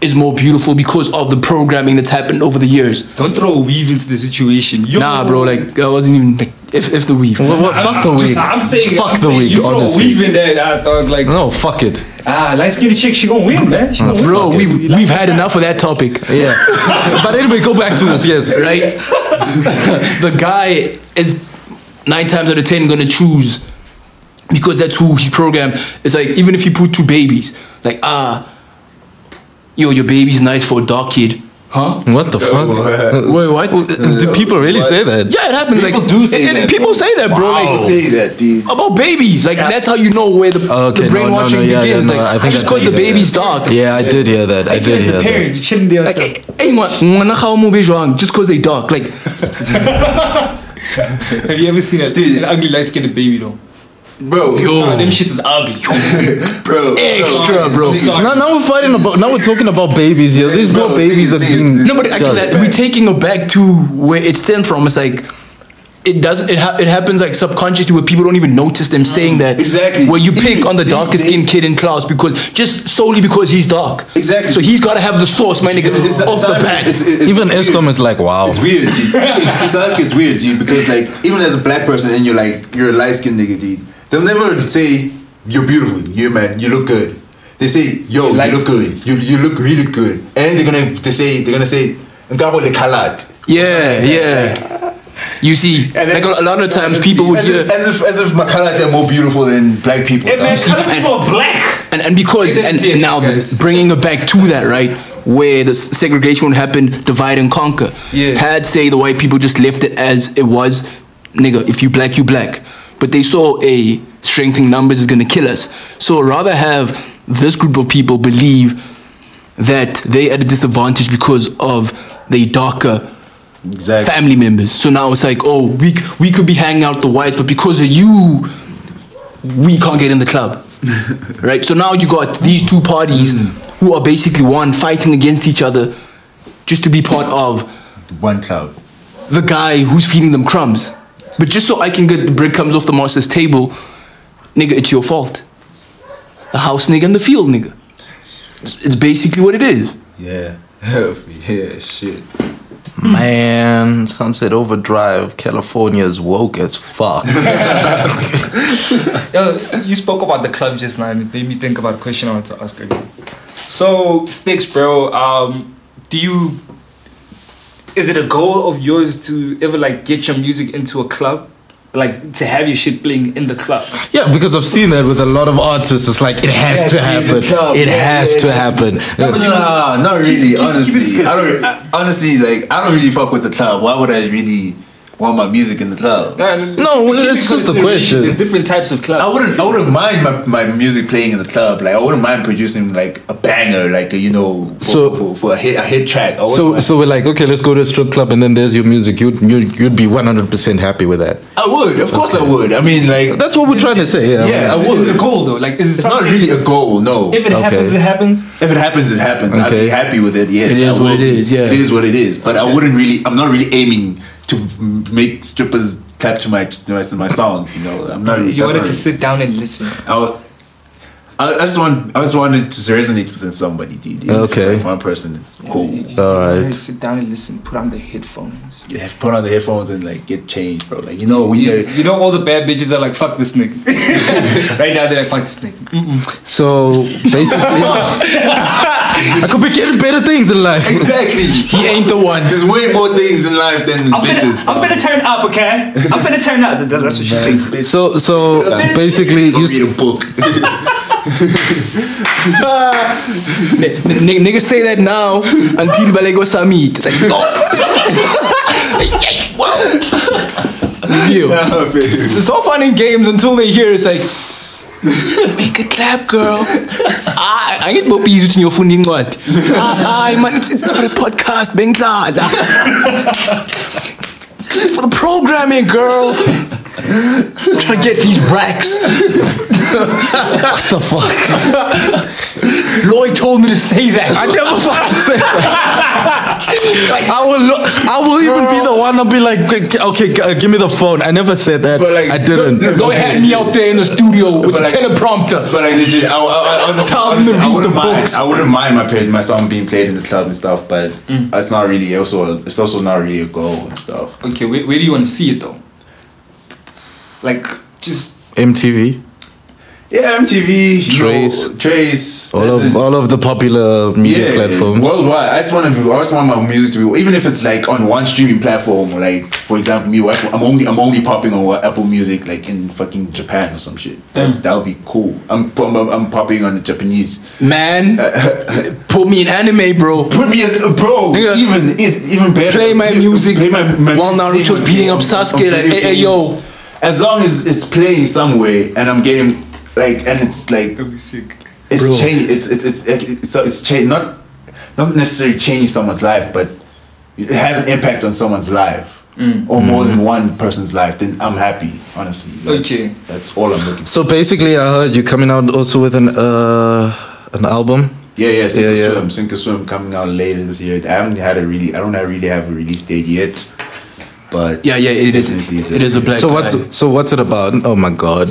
S2: is more beautiful because of the programming that's happened over the years.
S4: Don't throw a weave into the situation. Yo.
S2: Nah, bro, like I wasn't even like, if if the weave.
S1: What- what- fuck the
S4: I'm just-
S1: week.
S4: I'm saying,
S1: fuck
S4: I'm
S1: the
S4: saying,
S1: week.
S4: You throw
S1: honestly,
S4: a weave in there, ah, dog. Like,
S1: no, fuck it.
S4: ah, light skinny chick, she gonna win, man. She gonna win.
S2: Bro, we've we've had enough of
S3: (laughs)
S2: that topic. (laughs)
S1: Yeah, but anyway, go back to this. Yes,
S2: Right? (laughs) the guy is nine times out of ten gonna choose because that's who he programmed. It's like even if you put two babies, like ah, yo, your baby's nice for a dark kid. Huh?
S1: What the fuck?
S3: Wait,
S1: what? Do people really say that?
S2: Yeah, it happens.
S3: People
S2: like
S3: do say
S2: and- and
S3: that, bro.
S2: People say that, bro.
S3: People
S2: Like,
S3: say that, dude.
S2: about babies. Like that's how you know where the,
S1: Okay,
S2: the
S1: no, no, no,
S2: brainwashing
S1: yeah, yeah,
S2: begins.
S1: no, I
S2: like
S1: think
S2: just
S1: I
S2: because
S1: did
S2: the
S1: hear that.
S2: baby's dark.
S1: Yeah, I did hear that. I
S7: Like,
S1: did
S7: as
S1: hear
S7: the
S1: that.
S7: parent, you shouldn't do
S2: Like,
S7: yourself.
S2: eh, eh, ngwa- ngwana ga o mo bejwang, just because they dark. Like
S4: (laughs) Have you ever seen a, an ugly light skinned baby though?
S3: Bro,
S4: Oh, them shits is ugly.
S3: bro.
S2: extra, bro.
S4: Sorry.
S1: Now, now we're fighting about. Now we're talking about babies. Yeah, these
S3: Bro,
S1: poor babies
S3: these-
S1: are
S3: these-
S1: being.
S2: No, but I guess
S1: judged.
S2: that we're taking it back to where it stems from. It's like it doesn't. It, ha- it happens like subconsciously where people don't even notice them saying that.
S3: Exactly.
S2: Where you pick on the
S3: They-
S2: darkest
S3: they-
S2: skinned kid in class because just solely because he's dark.
S3: Exactly.
S2: So he's got to have the source, my nigga,
S3: It's- it's-
S2: off the
S3: it's-
S2: bat.
S3: it's- it's-
S1: Even
S3: it's
S1: Escom is like, wow.
S3: It's weird, dude. (laughs) In South Africa, it's weird, dude, because like even as a black person and you're like you're a light skinned nigga, dude, they'll never say you're beautiful, you man, you look good. They say yo, you look good, you you look really good, and they're gonna they say they're gonna say ngabo le kalat.
S2: yeah, yeah. You see, like a, a lot of times people would
S3: As
S2: hear,
S3: if, as if as if Makalat are more beautiful than black people.
S8: Hey man,
S3: dog.
S8: colored people are black.
S2: and, and because
S4: They didn't
S2: and
S4: see it,
S2: now
S4: guys.
S2: bringing it back to that right where the s- segregation would happen divide and conquer
S4: Yeah.
S2: had say the white people just left it as it was nigga if you black you black but they saw a strength in numbers is gonna kill us so I'd rather have this group of people believe that they at a disadvantage because of the darker
S3: Exactly.
S2: family members. So now it's like, oh, we c- we could be hanging out with the whites, but because of you, we can't get in the
S1: (laughs)
S2: club, right? So now you got these two parties
S1: Hmm.
S2: who are basically one fighting against each other, just to be part of
S9: One club.
S2: the guy who's feeding them crumbs. But just so I can get the breadcrumbs off the master's table, nigga, it's your fault. The house nigga and the field nigga. It's, it's basically what it is.
S3: (laughs)
S9: Yeah. yeah, shit.
S1: Man, Sunset Overdrive, California is woke as (laughs) fuck.
S4: Yo, you spoke about the club just now, and it made me think about a question I wanted to ask again. So, Sticks, bro, um, do you? Is it a goal of yours to ever like get your music into a club, like to have your shit playing in the club?
S1: yeah, because I've seen that with a lot of artists. It's like it has to
S3: to be in the
S1: happen.
S3: club.
S1: It
S3: Yeah,
S1: has
S3: yeah,
S1: to
S3: yeah.
S1: happen.
S3: Nah, not really.
S7: keep- keep it
S3: honestly,
S7: to
S3: I don't. I, Uh, honestly, like I don't really fuck with the club. Why would I really want my music in the club?
S1: No, it's just a question.
S4: There's different types of clubs.
S3: I wouldn't. I wouldn't mind my, my music playing in the club. Like I wouldn't mind producing like a banger, like a, you know, for,
S1: So-
S3: for, for a hit a hit track. I wouldn't
S1: So,
S3: mind.
S1: so we're like, okay, let's go to a strip club, and then there's your music. You'd you'd, you'd be 100% happy with that.
S3: I would. Of course, I would. I mean, like
S1: That's what we're trying to say. Yeah.
S3: yeah, I
S4: Is it a
S3: would.
S4: goal though? Like, is it
S3: It's not
S4: something-
S3: really a goal. No.
S8: If it
S1: Okay.
S8: happens, it happens.
S3: If it happens, it happens. I'd
S1: Okay.
S3: be happy with it. Yes,
S2: It is
S3: I
S2: what
S3: will.
S2: it is, yeah.
S3: it is what it is. But I wouldn't really. I'm not really aiming to m- make strippers clap to my to my, to my songs. You know, I'm not. Really,
S4: You
S3: that's
S4: wanted
S3: not
S4: to
S3: really-
S4: sit down and listen.
S3: I, wa- I I just want. I just wanted to resonate with somebody. Dude. Even if it's
S1: Okay.
S3: like one person. It's cool.
S1: All
S4: You
S1: right.
S4: sit down and listen. Put on the headphones.
S3: Yeah, put on the headphones and like get changed, bro. Like you know when
S4: You,
S3: you.
S4: you know all the bad bitches are like fuck this nigga. (laughs) right now they're like fuck this nigga.
S1: So
S2: (laughs)
S1: basically, I could be getting better things in life.
S3: (laughs) Exactly. he ain't the one. There's way more things in life than
S8: I'm
S3: bitches.
S8: finna, I'm finna turn up, okay? I'm finna turn up. That- That's what she's thinking.
S1: So, so uh, basically,
S3: Go
S1: you s-
S3: read a book.
S2: (laughs) N- n- niggas say that now until Balego Samit. It's like, no. (laughs) Yo, it's all fun in games until they hear it's like, make a clap, (laughs) girl. Ah, I, I get more peas in your phone in what? I, Ah, man, it's, it's for the podcast, Ben Glad. It's for the programming, girl. Trying to get these racks.
S1: what the fuck?
S2: Lloyd told me to say that.
S1: I never (laughs) fucking said that. I will. Lo- I will even be the one. I'll be like, "G- okay, g- uh, give me the phone. I never said that.
S3: But, like,
S1: I didn't.
S2: Go ahead me out there in the studio with
S3: But
S2: a
S3: like-
S2: teleprompter.
S3: But like legit, I, I, I, honestly,
S2: Tell them
S3: honestly,
S2: to
S3: I
S2: read
S3: wouldn't
S2: the
S3: mind.
S2: books.
S3: I wouldn't mind my play, my song being played in the club and stuff. But it's not really also. It's also not really a goal and stuff.
S4: Okay, where, where do you want to see it though? Like just
S1: MTV.
S3: Yeah, MTV, you
S1: Trace.
S3: know, Trace,
S1: All of all of the popular media platforms.
S3: worldwide. I just want to. I just want my music to be, even if it's like on one streaming platform. Like for example, me, Apple, I'm only I'm only popping on what, Apple Music, like in fucking Japan or some shit. That
S2: Mm.
S3: that would be cool. I'm I'm, I'm popping on the Japanese.
S2: Man, put me in anime, bro.
S3: Put me at bro.
S2: Nigga.
S3: Even it even better.
S2: Play my music
S3: Play my, my
S2: while
S3: music
S2: Naruto's
S3: on-
S2: beating up
S3: on-
S2: Sasuke,
S3: on
S2: like,
S3: video
S2: "Hey, hey, yo."
S3: games. As long as it's playing somewhere and I'm getting like and it's like
S10: That'd be sick.
S3: it's
S2: Bro.
S3: change. It's it's it's it's, so it's change. Not not necessarily changing someone's life, but it has an impact on someone's life
S2: Mm.
S3: or more than one person's life. Then I'm happy, honestly. That's,
S11: Okay.
S3: that's all I'm looking. for.
S1: So basically, I heard you coming out also with an uh, an album.
S3: Yeah, yeah, Sink
S1: Yeah,
S3: or
S1: yeah.
S3: Swim. Sink or Swim coming out later this year. I haven't had a really. I don't really have a release date yet, but
S2: Yeah, yeah, it is.
S3: definitely this
S2: It is a
S3: year.
S2: black
S1: so what's
S2: guy
S1: so what's it about? Oh my god!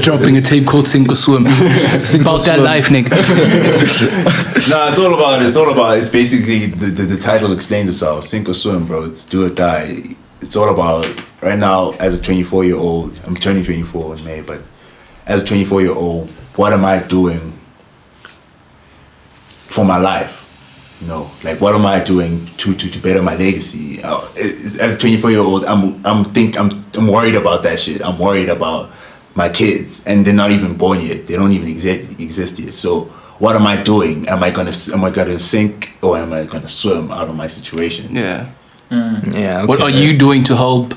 S2: dropping a tape called Sink or
S3: (laughs)
S2: Swim. about that life, nigga.
S3: No, it's all about it's all about it's basically the, the, the title explains itself. Sink or swim, bro. It's do or die. It's all about right now as a 24 year old. I'm turning 24 in May, but as a 24 year old, what am I doing for my life? You know, like what am I doing to to, to better my legacy? Uh, it- As a 24 year old, I'm I'm think I'm I'm worried about that shit. I'm worried about my kids, and they're not even born yet. They don't even exist exist yet. So what am I doing? Am I gonna s- am I gonna sink or am I gonna swim out of my situation?
S2: Yeah.
S1: yeah.
S2: What are you doing to help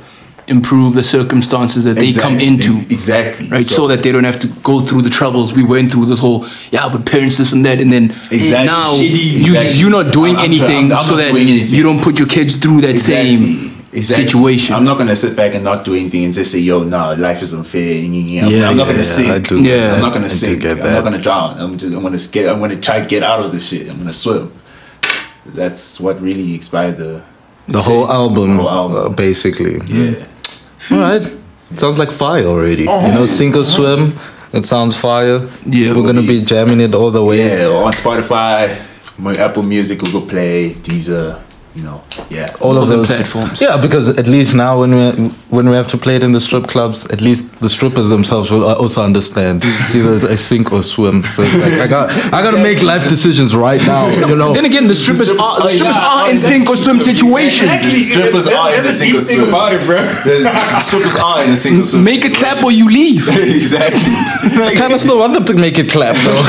S2: improve the circumstances that they come
S3: Exactly.
S2: into?
S3: exactly
S2: Right, so, that they don't have to go through the troubles we went through. This whole yeah, but parents this and that, and then
S3: Exactly.
S2: now
S3: Shitty.
S2: you
S3: Exactly.
S2: you're not doing
S3: I'm- I'm-
S2: anything,
S3: I'm
S2: so
S3: not
S2: that
S3: doing anything.
S2: you don't put your kids through that same situation.
S3: I'm not gonna sit back and not do anything and just say, "Yo, no, life is unfair." Yeah, I'm,
S1: Yeah,
S3: I'm
S1: yeah,
S3: not gonna
S1: yeah,
S3: sink.
S1: I do-
S2: Yeah.
S3: I'm not gonna
S1: I do
S3: sink.
S1: get
S3: I'm
S1: that.
S3: not gonna drown. I'm just. I'm gonna get. I'm gonna try to get out of this shit. I'm gonna swim. That's what really inspired the.
S1: The whole album,
S3: Whole album.
S1: Uh, basically.
S3: Yeah.
S1: All right. Sounds like fire already. You know, sink or swim. It sounds fire.
S2: Yeah,
S1: we're gonna be jamming it all the way.
S3: Yeah. On Spotify, my Apple Music, Google Play, Deezer. You know. Yeah.
S1: all of
S2: All the
S1: those
S2: platforms.
S1: Yeah, because at least now when we when we have to play it in the strip clubs, at least the strippers themselves will uh, also understand. It's either I sink or swim. So it's like I got I got to make life decisions right now. You know.
S2: (laughs) Then again, the strippers are
S3: Oh,
S2: the strippers are in sink or swim situations.
S3: strippers are in a single swim. About it, bro. strippers are in a single swim.
S2: Make a clap or you
S3: (laughs)
S2: leave.
S3: exactly.
S1: (laughs) I kind of still want them to make it clap (laughs) though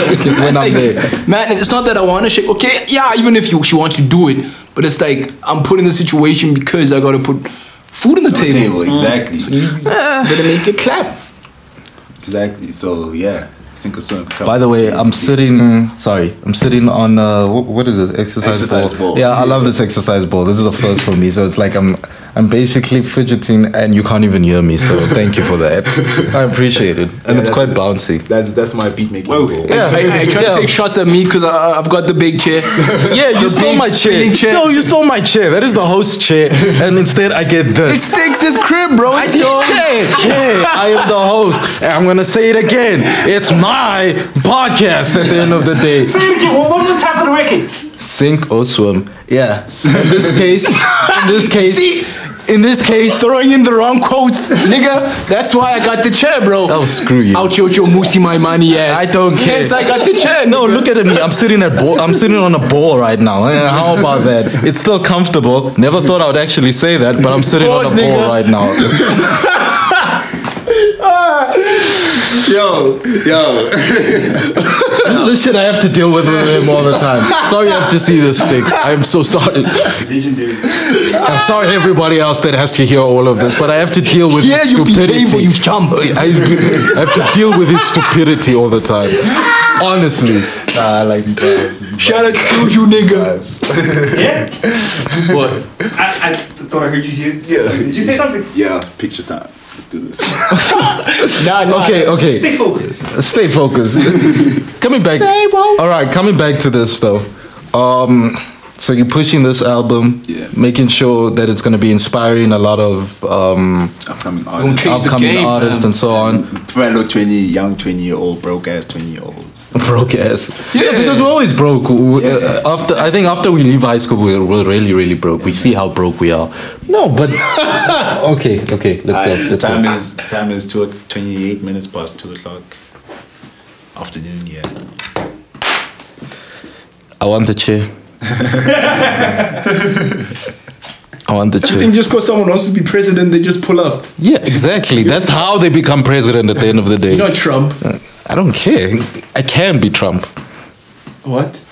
S1: when I'm
S2: Like,
S1: there.
S2: (laughs) Man, it's not that I want to shake. Okay, yeah, even if you, she wants to do it, but it's like I'm put in the situation because I gotta put food on the table.
S3: Table. Exactly.
S2: Better make it clap.
S3: Exactly. So yeah, sink or swim. Come.
S1: By the way, I'm sitting. Sorry, I'm sitting on. Uh, wh- what is this exercise,
S3: Exercise ball.
S1: Yeah, I love this exercise ball. This is a first for me. So it's like I'm, I'm basically fidgeting, and you can't even hear me. So thank you for that. I appreciate it, and
S3: Yeah,
S1: it's
S3: that's
S1: quite
S3: it.
S1: bouncy.
S3: That's that's my beat making
S4: Whoa.
S3: goal.
S1: Yeah,
S2: Hey, hey, try
S1: yeah.
S2: to take shots at me because I've got the big chair.
S1: (laughs) Yeah, you
S2: I'm
S1: stole
S2: big
S1: my chair.
S2: spinning chair.
S1: No, you stole my chair. That is the host chair, and instead I get
S2: It
S1: this.
S2: stinks his crib, bro. It's yours.
S1: Yeah, yeah, I am the host, and I'm gonna say it again. It's my podcast. At the end of the
S4: (laughs)
S1: day,
S4: Say it again, one one more time for the record.
S1: sink or swim. Yeah. In this case, in this case,
S2: See?
S1: in this case,
S2: Throwing in the wrong quotes, nigga. That's why I got the chair, bro.
S1: Oh, screw you.
S2: Out your your moosey my money ass.
S1: I don't care.
S2: Yes, I got the chair.
S1: No, look at me. I'm sitting at ball. I'm sitting on a ball right now. Eh, How about that? It's still comfortable. Never thought I would actually say that, but I'm sitting
S2: Pause,
S1: on a ball
S2: nigga.
S1: right now.
S3: Yo, yo.
S1: This is the shit I have to deal with with him all the time. Sorry, you have to see the sticks. I'm so sorry. I'm sorry, everybody else that has to hear all of this, but I have to deal with
S2: Yeah,
S1: his
S2: you behave
S1: stupidity.
S2: or
S1: Oh,
S2: you jump.
S1: I, I have to deal with his stupidity all the time. Honestly.
S3: Nah, I like these vibes. These
S2: Shout out
S3: vibes.
S2: to you, nigga.
S3: Vibes.
S4: Yeah?
S2: What?
S4: I, I thought I heard you here. Did you say something?
S3: Yeah, picture time. Let's do this.
S2: Nah, nah.
S1: Okay, okay.
S4: Stay focused.
S1: Stay focused. coming back.
S2: Stay woke.
S1: All right, coming back to this though. Um So you're pushing this album,
S3: Yeah.
S1: making sure that it's going to be inspiring a lot of um,
S3: Upcoming
S2: Don't
S3: artists.
S2: change the
S1: upcoming
S2: game,
S1: artists
S2: fam.
S1: and so on.
S3: Fellow 20, young 20 year old, broke ass 20 year olds.
S1: (laughs) Broke ass. Yeah.
S2: Yeah.
S1: because we're always broke. We-
S3: Yeah.
S1: uh, After I think after we leave high school, we're, we're really really broke. We see how broke we are. No, but (laughs) okay, okay, let's go.
S3: Uh,
S1: Let's
S3: time
S1: go.
S3: is time is two, 28 minutes past 2 o'clock. Afternoon, yeah.
S1: I want the (laughs) chair. I want the chair.
S12: think just because someone wants to be president, they just pull up.
S1: Yeah, exactly. That's how they become president at the end of the day.
S12: You're not Trump.
S1: I don't care. I can be Trump.
S12: (laughs) What?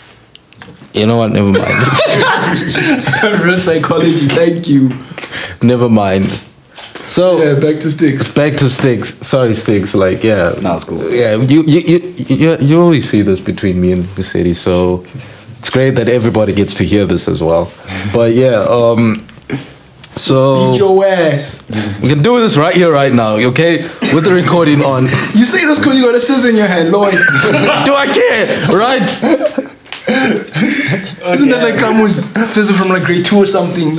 S1: You know what? Never mind. (laughs)
S12: Reverse psychology. Thank you.
S1: never mind.
S2: Oh.
S1: So
S12: Yeah, back to sticks.
S1: back to sticks. Sorry, sticks. Like yeah,
S3: Nah, it's cool.
S1: yeah. You you you you, you always see this between me and Mercedes. So it's great that everybody gets to hear this as well. But yeah, um,
S12: Eat
S1: so
S12: your ass.
S1: we can do this right here, right now. Okay, with the recording on.
S12: You say this because you got a scissor in your hand,
S2: (laughs)
S12: Lloyd.
S1: do I care? Right?
S12: Isn't that like Kamu's scissor from like grade two or something?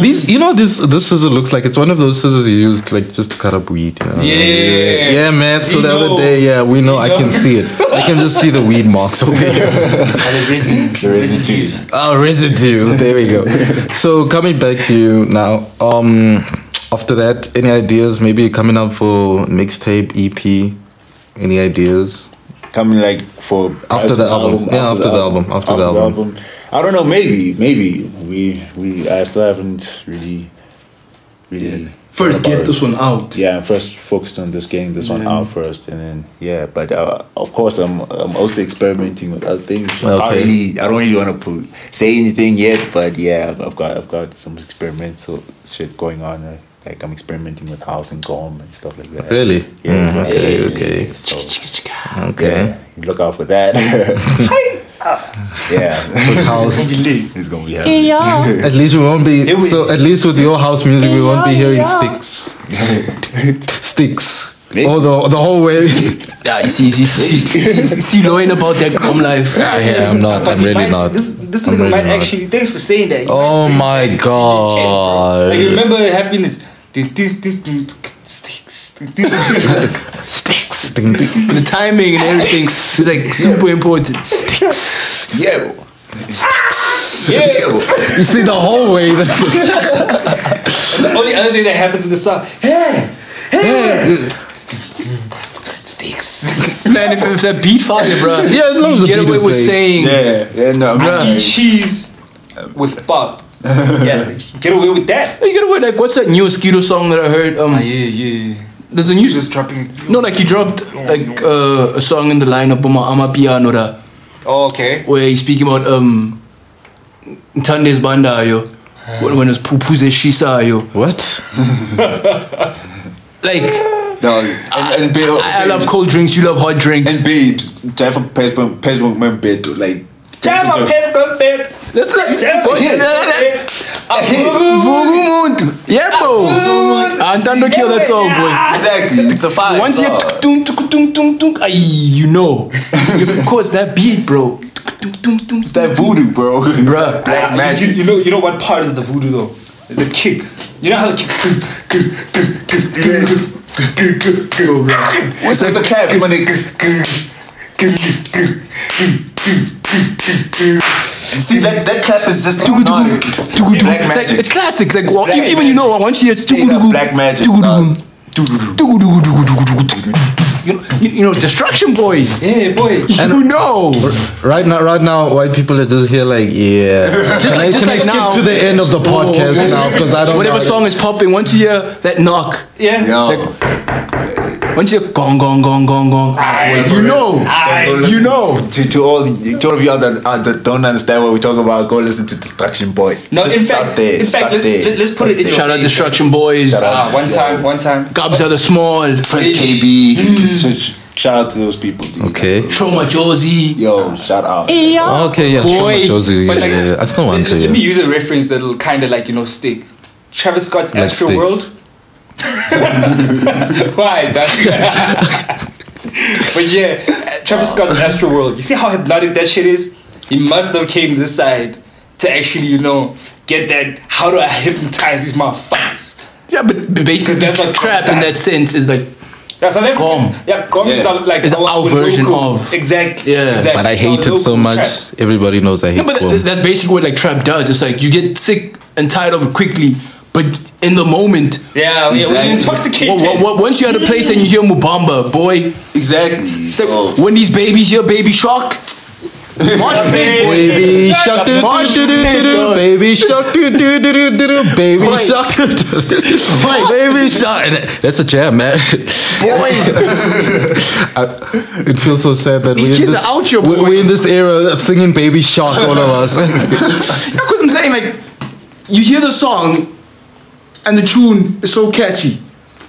S1: These you know this this scissor looks like it's one of those scissors you use like just to cut up weed. you know?
S4: Yeah.
S1: Yeah, man. So
S4: We
S1: the other
S4: know.
S1: day, yeah, we know. I can see it. I can just see the weed marks over here. Oh, residue. There we (laughs) go. so coming back to you now. Um, after that, any ideas? Maybe coming up for mixtape, EP. Any ideas?
S3: coming like for
S1: After the album. Yeah, after the album, after the album.
S3: I don't know. Maybe, maybe we we I still haven't really, really
S12: First,
S3: thought about
S12: get
S3: it.
S12: this one out.
S3: Yeah, I'm first focused on this getting this one
S12: Yeah.
S3: out first, and then yeah. But uh, of course, I'm I'm also experimenting with other things. I
S1: Okay.
S3: don't really, I don't really want to put, say anything yet. But yeah, I've- I've got I've got some experimental shit going on. uh, Like I'm experimenting with house and gom and stuff like that.
S1: Really?
S3: Yeah.
S1: Mm, okay,
S3: yeah, yeah,
S1: okay.
S3: yeah. So,
S1: Okay.
S3: yeah, you look out for
S1: (laughs)
S3: that. (laughs) yeah,
S1: House.
S3: it's gonna be heavy.
S1: At least we won't be. So at least with your house music, we won't be hearing sticks. (laughs) sticks.
S3: Maybe.
S1: Oh, the, the whole way. (laughs)
S2: Yeah, you see, see, (laughs) see, see, see Lloyd about that cum life.
S1: yeah, I'm not. I'm
S13: he
S1: really
S13: might-
S1: not.
S13: This, this
S1: I'm
S13: nigga
S1: really
S13: might
S1: not.
S13: actually. Thanks for saying that.
S1: Oh my
S13: Uh,
S1: god.
S4: Like, you remember happiness. Sticks.
S1: Sticks. Ding, ding.
S2: The timing
S1: (laughs)
S2: and everything is like super important. Sticks.
S3: Yeah,
S4: Yeah.
S1: You see the whole way.
S4: The only other thing that happens in the song. Hey.
S1: (laughs)
S4: Sticks.
S2: Man, if, if that beat fire, bro. (laughs)
S1: Yeah, as long as the
S2: Get
S1: beat
S2: away
S1: is
S2: with
S1: played.
S2: saying
S3: yeah, yeah. No, I'm not.
S4: Eat cheese with
S13: (laughs)
S4: pop.
S13: yeah. Get away with that.
S2: You gotta wait, like, what's that new Mosquito song that I heard? Um,
S4: Ah, Yeah, yeah.
S2: There's a new.
S13: Just dropping.
S2: No, like, he dropped, like, uh, a song in the lineup, um, Ama Piano, da,
S4: Oh, okay.
S2: where he's speaking about, um, Tande's Banda, yo. When, when it was Pupuze Shisa, yo.
S1: What?
S2: Like,
S3: No, and, and Bill,
S2: I, I love cold drinks, you love hot drinks.
S3: and babes. Jennifer Pesbum Pesbum went bed like.
S13: Damn, I'm pissed, I'm pissed.
S2: That's like,
S13: That's
S2: oh, yeah,
S13: it.
S2: yeah, yeah, yeah. Vugumuntu. (laughs) Yeah, bro. I'm done to kill that song, boy.
S3: Exactly, it's a fire.
S2: Once you
S3: song.
S2: tuk tung tuk tung tung tung, ay, you
S3: (laughs)
S2: know. Because that beat, bro. Tuk tung tung
S3: It's that voodoo,
S6: (laughs)
S3: bro.
S2: Bruh.
S13: Ah,
S3: Black
S13: You,
S3: magic.
S13: you know, you know what part is the voodoo though? The kick. You know how the kick.
S3: What's like the clap when it. See that that clap is just hypnotic. It's black
S2: It's, like,
S3: magic.
S2: it's classic. Like well,
S3: black
S2: even you know, once you hear it's
S3: Straight up black magic. dog.
S2: tugudugu, tugudugu. You know, you, you know, destruction boys.
S4: Yeah, boy.
S2: You know,
S1: Right now, right now, white people are just here like, yeah. Just
S2: like- (laughs) just
S1: can
S2: like
S1: I skip
S2: now.
S1: to the end of the podcast now because I don't.
S2: whatever
S1: know.
S2: song is popping, once you hear that knock,
S4: Yeah.
S3: Yo,
S2: once you hear gong gong gong gong gong, you know, you know.
S3: to, to all to all of y'all that, uh, that don't understand what we talk about, go listen to Destruction Boys.
S4: No,
S3: Just
S4: in
S3: start
S4: fact,
S3: there,
S4: in fact,
S3: start
S4: let,
S3: there.
S4: let, us put it in your
S2: Shout out
S4: face.
S2: destruction boys.
S3: Shout out.
S4: Ah, one time, one time.
S2: Gobs are the small.
S3: Prince KB. sh- sh- Shout out to those people. Dude.
S1: Okay.
S2: Trauma Josie.
S3: Yo, shout out.
S1: Okay. Yeah. Sure,
S2: Boy.
S1: Josie. Yeah,
S4: But like-
S1: yeah, yeah. I still want
S4: Let,
S1: to.
S4: let me
S1: Yeah.
S4: use a reference that'll kind of like you know stick. Travis Scott's
S1: Like
S4: Astro
S1: sticks.
S4: World. (laughs) Why? that- (laughs) but yeah, Travis Scott's Astro World. You see how hypnotic that shit is. He must have came this side to actually, you know, get that. How do I hypnotize these motherfuckers?
S2: Yeah, but but basically,
S4: Because that's
S2: that's
S4: what
S2: trap in that
S4: that's-
S2: sense is like
S4: Yeah, South Africa.
S2: Gom.
S4: Yeah, Gom is
S6: Yeah.
S4: our, like
S2: It's our
S4: local-
S2: version of-
S4: Exactly.
S2: Yeah,
S4: exactly.
S1: But I
S4: It's our
S1: hate it so
S4: local
S1: much.
S4: trap.
S1: Everybody knows I hate
S2: Yeah, but
S1: Kwame.
S2: th- that's basically what like trap does. It's like you get sick and tired of it quickly, but in the moment,
S4: Yeah, yeah,
S6: Exactly.
S4: we intoxicated.
S2: w- w- w- once you're at a place and you hear Mubamba, boy,
S6: Exactly.
S2: it's like,
S4: Oh.
S2: when these babies hear Baby
S4: (laughs)
S2: Shark, march pit, boy.
S1: Baby shark, do,
S2: March
S1: do, do, do, do,
S2: pit,
S1: do,
S2: dog.
S1: baby shark, do, do, do, do, do, do, baby
S2: Right.
S1: shark, do, do, do, do, baby shark. And that- That's a jam, man. (laughs) I, it feels so sad that
S2: These
S1: we're, in
S2: kids
S1: this,
S2: are out here,
S1: we're,
S2: boy.
S1: we're in this era of singing baby shark, all of us.
S2: (laughs) Because I'm saying like, you hear the song, and the tune is so catchy.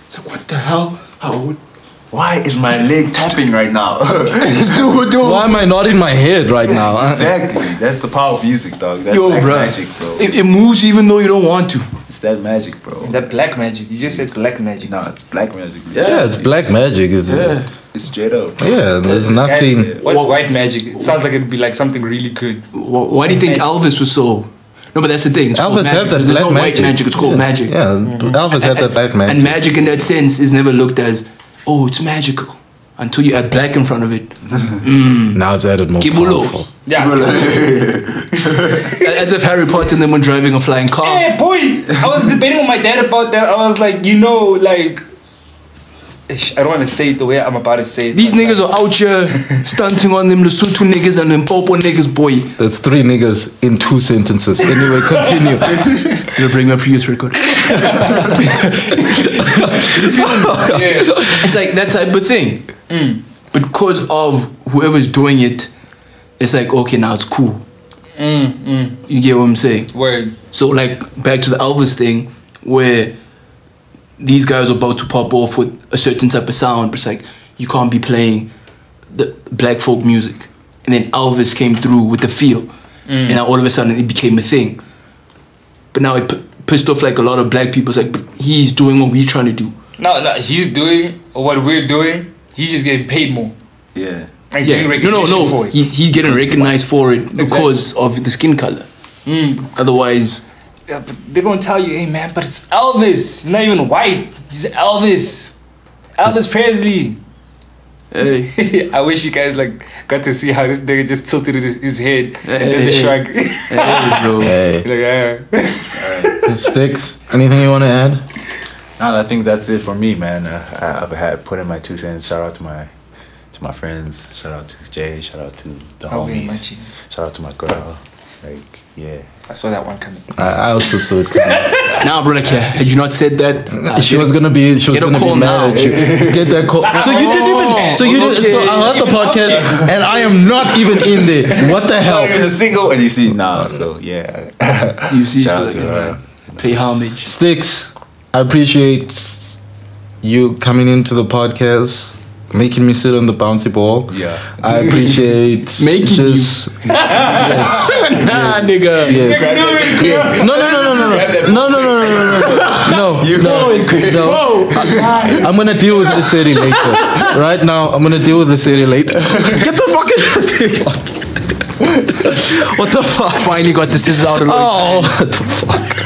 S2: It's like what the hell? How would (laughs)
S6: Why is my leg tapping right now? (laughs)
S2: this dude do?
S1: Why am I not in my head right now?
S3: (laughs)
S1: huh?
S6: exactly. That's the power of music, dog. That's
S2: Yo,
S6: that
S2: bro.
S6: magic, bro.
S2: It, it moves you even though you don't want to.
S6: It's that magic, bro.
S5: That black magic. You just said black magic.
S6: No, it's black magic. dude.
S1: Yeah, it's black magic. It's, yeah.
S6: It's straight up.
S1: there's nothing.
S4: What's white magic? It sounds like it'd be like something really good.
S2: Why, why do you think Elvis was so? No, but that's the thing. It's called
S1: Elvis had
S2: magic.
S1: that
S2: There's
S1: black
S2: no
S1: magic.
S2: white magic. It's called magic.
S1: Yeah, Elvis had that black magic.
S2: And magic in that sense is never looked as, oh, it's magical. Until you add black in front of it.
S1: now it's added more
S2: Kibulo.
S1: powerful.
S4: Yeah.
S2: (laughs) As if Harry Potter and them were driving a flying car.
S4: Yeah, boy. I was debating with my dad about that. I was like, you know, like. Ish, I don't want to say it the way I'm about to say it.
S2: These
S4: but,
S2: niggas
S4: like,
S2: are out here stunting on them Lesotho niggas and them Popo niggas, boy.
S1: That's three niggas in two sentences. Anyway,
S2: (laughs)
S1: continue.
S2: You'll bring my previous record. (laughs) It's like that type of thing. Because of whoever's doing it, it's like, okay, now it's cool. You get what I'm saying?
S4: Mm, Word.
S2: So, like, back to the Elvis thing, where these guys are about to pop off with a certain type of sound, but it's like, you can't be playing the black folk music. And then Elvis came through with the feel.
S4: Mm.
S2: And now all of a sudden it became a thing. But now it p- pissed off like a lot of black people. It's like, but he's doing what we're trying to do.
S4: No, no, he's doing what we're doing. He's just getting paid more.
S6: Yeah.
S4: And
S2: Yeah.
S4: getting
S2: No, no,
S4: recognition
S2: no.
S4: For it.
S2: He's, he's getting recognized for it because of the skin color.
S4: Mm.
S2: Otherwise,
S4: Yeah, but they're gonna tell you, hey man, but it's Elvis. He's not even white. He's Elvis. Elvis Presley. (laughs)
S2: hey,
S4: I wish you guys like got to see how this nigga just tilted his, his head and did the
S2: Hey.
S1: (laughs)
S4: shrug.
S2: hey, bro.
S1: Hey,
S4: like, ah.
S1: sticks. Anything you want to add?
S6: No, I think that's it for me, man. Uh, I, I've had put in my two cents. Shout out to my to my friends. Shout out to Jay. Shout out to the
S4: I'll be
S6: homies.
S4: matching.
S6: Shout out to my girl. Like, yeah.
S4: I saw that one coming.
S1: I, I also saw it coming.
S2: Nah, bro, like, yeah, had you not said that, uh,
S1: she was gonna be. She was
S2: Get a
S1: gonna
S2: call
S1: be mad
S2: now.
S1: at you. Get that call. So you didn't even. So you did. So I heard the podcast, and I am not even in there. What Oh, the
S3: (laughs) Oh,
S1: hell?
S6: Even a single, and you see now. So
S1: (laughs)
S6: yeah.
S2: you see,
S6: Shout
S2: so
S6: out
S2: like,
S6: to her.
S2: pay
S6: (laughs)
S2: homage.
S1: Sticks, I appreciate you coming into the podcast, making me sit on the bouncy ball.
S6: Yeah.
S1: I appreciate (laughs)
S2: Making you.
S1: just
S2: Nah, nigga.
S1: yes. (laughs) Yeah. No, no, no, no, no, no, no, no, no, (laughs) no, no, no, no, no, no. I, (laughs) I'm gonna deal with this city later. Right now, I'm gonna deal with this city later. Get the fucking What the fuck?
S2: Finally got the scissors out of the
S1: (laughs) Oh, what the fuck?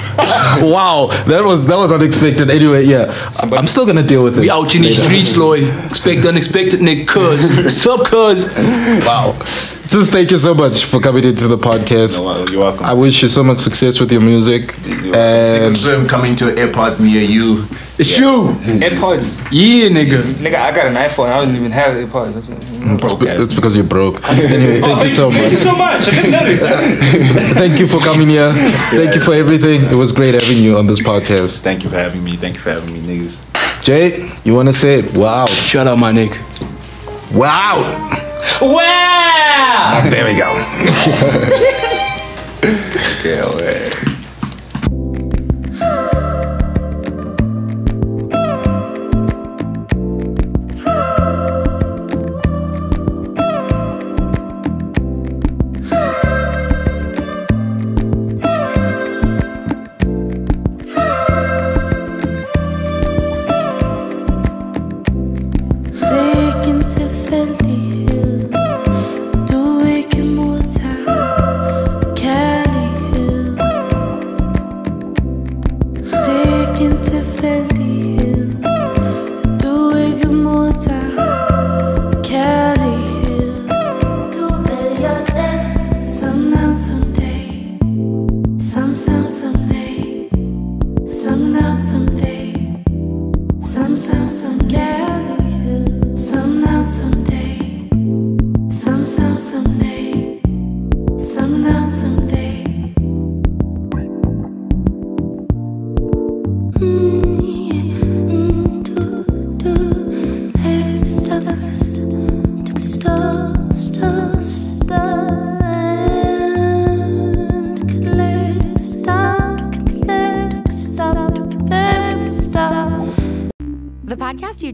S1: wow, that was that was unexpected. Anyway, yeah, I'm still gonna deal with it.
S2: We out in the streets, Lloyd. Expect unexpected,
S6: (laughs)
S2: nigga. Cuz. Sup, cuz.
S1: Wow. Just thank you so much for coming into the podcast.
S6: Well, You're welcome.
S1: I wish you so much success with your music.
S6: You're welcome. Second
S1: And
S6: swim coming to airports near you.
S2: It's you.
S4: AirPods.
S2: Yeah, nigga.
S4: Nigga, I got an iPhone. I don't even have AirPods. That's- Thank
S1: it's, be- it's because you're broke. Anyway, thank you so
S4: you
S1: (laughs) much.
S4: so much. I didn't notice.
S1: Thank you for coming here. Thank you for everything. It was great having you on this podcast.
S6: Thank you for having me. Thank you for having me, niggas.
S1: Jay, you want to say it? Wow.
S2: Shout out, my nigga.
S1: Wow.
S4: wow!
S1: Ah, There
S6: (laughs)
S1: we go.
S6: Yeah, man.
S14: Det är en tillfällighet. Du är inte mot här. Kärlighet. somehow, someday, somehow, someday. Mm, yeah, mm, du, du, hältst fest, du störst, störst, and clear, stop, clear, stop, clear, stop.
S15: The podcast you